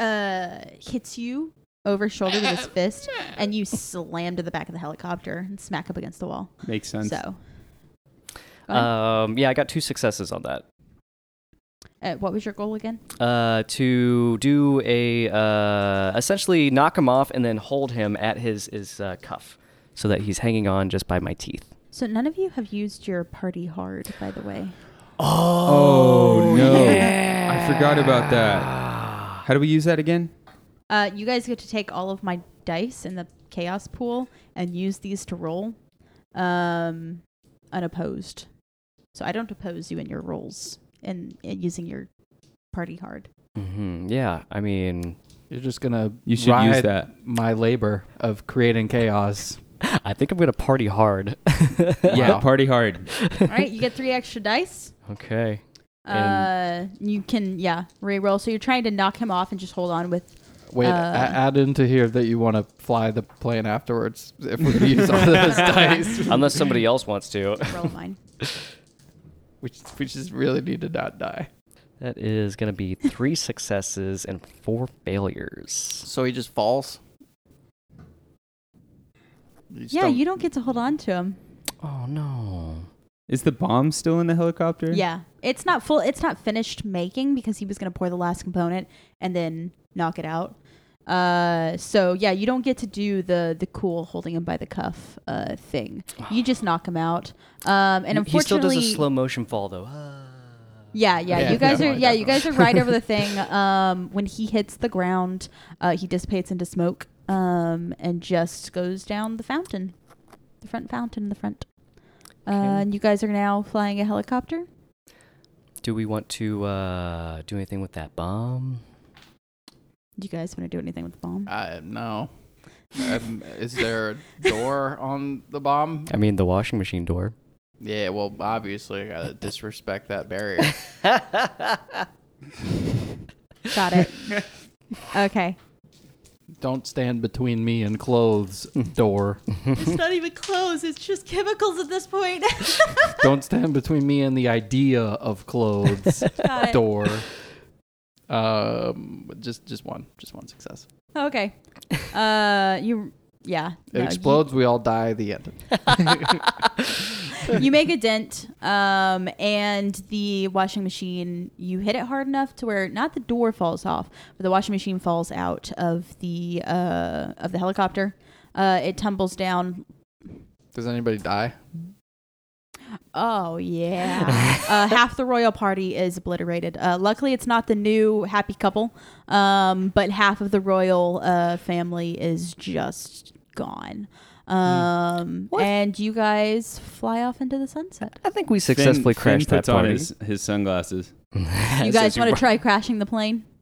S2: uh, hits you over shoulder with his fist, and you slam to the back of the helicopter and smack up against the wall.
S5: Makes sense.
S2: So, Go ahead.
S3: Um, yeah, I got two successes on that.
S2: Uh, what was your goal again?
S3: uh, to do a uh, essentially knock him off and then hold him at his his uh, cuff so that he's hanging on just by my teeth.
S2: So none of you have used your party hard, by the way.
S5: Oh, no. I forgot about that. How do we use that again?
S2: Uh, you guys get to take all of my dice in the chaos pool and use these to roll um, unopposed. So I don't oppose you in your rolls and, and using your party hard.
S3: hmm Yeah, I mean,
S4: You're just gonna
S5: You should use
S4: ride
S5: that.
S4: my labor of creating chaos.
S3: I think I'm gonna party hard.
S5: Yeah, party hard.
S2: all right, you get three extra dice.
S3: Okay.
S2: Uh,
S3: And-
S2: you can yeah re-roll. So you're trying to knock him off and just hold on with.
S4: Wait,
S2: Uh.
S4: a- add into here that you want to fly the plane afterwards if we use all those dice,
S5: Um,
S3: Unless somebody else wants to.
S2: Roll mine.
S4: which we just really need to not die.
S3: That is gonna be three successes and four failures.
S6: So he just falls. just
S2: Yeah, you don't get to hold on to him.
S3: Oh no.
S5: Is the bomb still in the helicopter?
S2: Yeah, it's not full. It's not finished making because he was going to pour the last component and then knock it out. Uh, so yeah, you don't get to do the the cool holding him by the cuff uh thing. You just knock him out. Um, and
S3: he still
S2: unfortunately,
S3: does a slow motion fall though. Ah.
S2: yeah, yeah,
S4: Yeah,
S2: you guys are
S4: definitely,
S2: yeah, you guys are right over the thing. Um, when he hits the ground, uh, he dissipates into smoke. Um, and just goes down the fountain, the front fountain in the front. Uh,
S3: Okay.
S2: and you guys are now flying a helicopter.
S3: Do we want to uh, do anything with that bomb?
S2: Do you guys want to do anything with the bomb?
S4: Uh, no. Um, is there a door on the bomb?
S3: I mean, the washing machine door.
S4: Yeah, well, obviously, I gotta disrespect that barrier.
S2: Got it. okay.
S4: Don't stand between me and clothes, door.
S2: It's not even clothes. It's just chemicals at this point.
S4: Don't stand between me and the idea of clothes,
S2: Got it.
S4: door. Um, just just one, just one success.
S2: Okay. Uh, you. Yeah.
S4: It
S2: no, you-
S4: explodes. we all die. The end.
S2: You, make a dent, um, and the washing machine. You hit it hard enough to where not the door falls off, but the washing machine falls out of the uh, of the helicopter. Uh, it tumbles down.
S4: Does anybody die?
S2: Oh yeah. uh, half the royal party is obliterated. Uh, luckily, it's not the new happy couple, um, but half of the royal uh, family is just gone. Um, and you guys fly off into the sunset.
S3: I think we successfully
S5: Finn-
S3: crashed
S5: Finn
S3: that
S5: puts on
S3: party.
S5: his, his sunglasses.
S2: you guys want to try crashing the plane?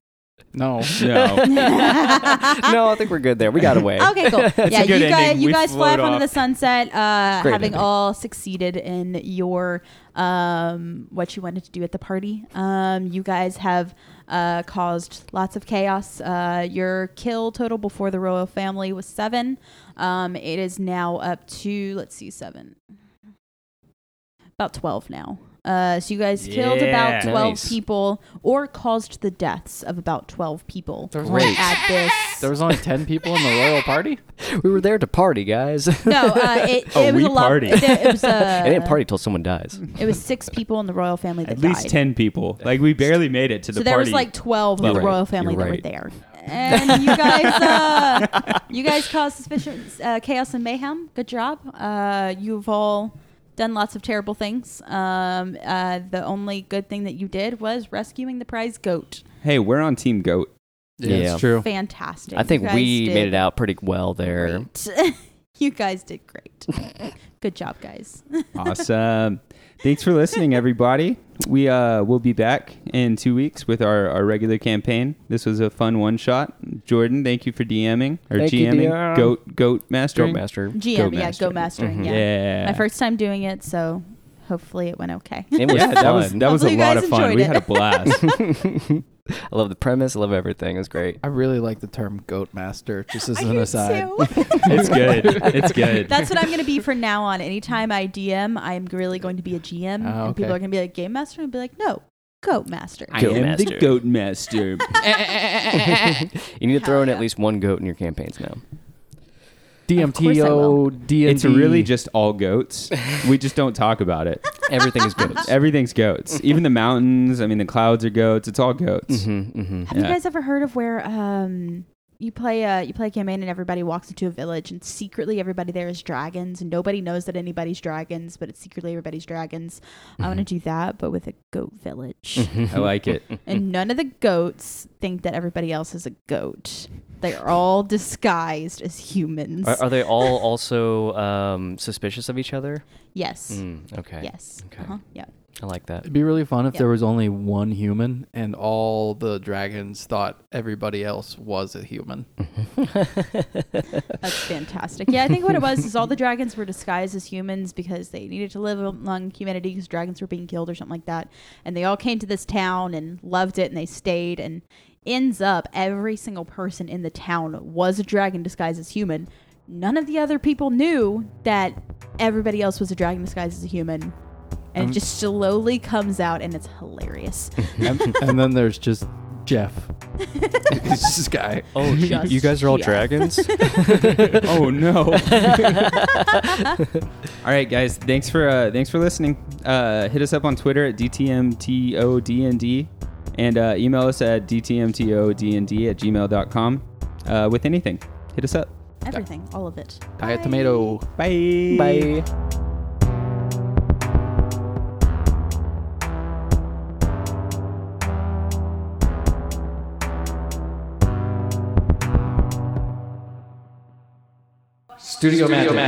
S4: No.
S5: No.
S3: no, I think we're good there. We got away.
S2: Okay, cool. yeah,
S5: a good
S2: you guys,
S5: ending.
S2: you
S5: We
S2: guys fly
S5: float
S2: off into
S5: off.
S2: the sunset, uh,
S3: Great
S2: having
S3: ending.
S2: all succeeded in your um, what you wanted to do at the party. Um, you guys have uh, caused lots of chaos. Uh, your kill total before the royal family was seven. Um, it is now up to let's see, seven, about twelve now. Uh, so you guys killed about
S3: Yeah.
S2: twelve
S3: Nice.
S2: people, or caused the deaths of about twelve people
S4: There's
S3: Great.
S2: at this.
S4: There was only ten people in the royal party.
S3: We were there to party, guys.
S2: No, uh, it,
S5: Oh,
S2: it was
S5: we
S2: a lot.
S5: party.
S2: It, it was uh,
S3: I didn't party till someone dies.
S2: It was six people in the royal family
S5: At
S2: that
S5: least
S2: died.
S5: 10 people. Like, we barely made it to the
S2: so there
S5: party.
S2: was like twelve
S5: You're
S2: of the
S5: right.
S2: royal family
S5: You're
S2: that
S5: right.
S2: were there, and you guys, uh, you guys caused suspicious uh, chaos and mayhem. Good job. Uh, you've all done lots of terrible things. Um, uh, the only good thing that you did was rescuing the prize goat.
S5: hey, we're on Team Goat.
S3: Yeah, it's Yeah.
S4: true.
S2: Fantastic.
S3: I think
S2: You guys
S3: we
S2: did
S3: made it out pretty well there.
S2: great. you guys did great. Good job, guys.
S5: Awesome. Thanks for listening, everybody. We uh, will be back in two weeks with our, our regular campaign. This was a fun one shot. Jordan, thank you for DMing or
S3: Thank you,
S5: GMing.
S3: DM.
S5: Goat, goat mastering.
S3: Stroke master.
S2: GM, yeah,
S5: mastering.
S2: go mastering,
S3: Mhm.
S2: yeah.
S5: Yeah.
S2: My first time doing it, so hopefully it went okay.
S3: It was
S5: yeah, that was
S3: fun.
S5: that was a
S2: Hopefully you
S5: lot
S2: guys
S5: of fun.
S2: enjoyed
S5: We
S2: it.
S5: had a blast.
S3: I love the premise. I love everything. It was great.
S4: I really like the term goat master. Just as an aside.
S5: it's good. It's good.
S2: That's what I'm going to be for now on. Anytime I DM, I'm really going to be a GM.
S4: Ah,
S2: And people
S4: okay.
S2: are going to be like, Game Master? And I'll be like, no, Goat Master.
S5: I
S3: Goat
S5: am the
S3: master.
S5: goat master.
S3: you need to throw
S2: Hell
S3: in at
S2: yeah.
S3: least one goat in your campaigns now.
S2: Of course I will.
S4: DMTO, DMT.
S5: it's really just all goats. We just don't talk about it.
S3: Everything is good.
S5: Everything's goats. Even the mountains. I mean, the clouds are goats. It's all goats.
S3: mm-hmm, mm-hmm.
S2: Have you
S5: Yeah.
S2: guys ever heard of where um you play a you play a campaign and everybody walks into a village and secretly everybody there is dragons and nobody knows that anybody's dragons, but it's secretly everybody's dragons. I want to do that, but with a goat
S3: Mm-hmm.
S2: village,
S5: I like it.
S3: Hmm.
S2: and none of the goats think that everybody else is a goat. They are all disguised as humans.
S3: Are, are they all also um, suspicious of each other?
S2: yes.
S3: Mm, okay.
S2: Yes.
S3: Okay.
S2: Uh-huh. Yeah.
S3: I like that.
S4: It'd be really fun if
S2: Yeah.
S4: there was only one human and all the dragons thought everybody else was a human.
S2: That's fantastic. Yeah, I think what it was is all the dragons were disguised as humans because they needed to live among humanity because dragons were being killed or something like that. And they all came to this town and loved it and they stayed and ends up every single person in the town was a dragon disguised as human. None of the other people knew that everybody else was a dragon disguised as a human. And it just slowly comes out and it's hilarious.
S4: and, and then there's just Jeff. He's just this guy.
S3: Oh,
S2: Just you guys are all yeah.
S3: dragons?
S5: oh no. all right, guys. Thanks for uh, thanks for listening. Uh, hit us up on Twitter at dtmtodnd and uh, email us at dtmtodnd at gmail.com uh, with anything. Hit us up.
S2: Everything, all of it.
S4: Guy at tomato.
S5: Bye.
S4: Bye. Studio, Magic.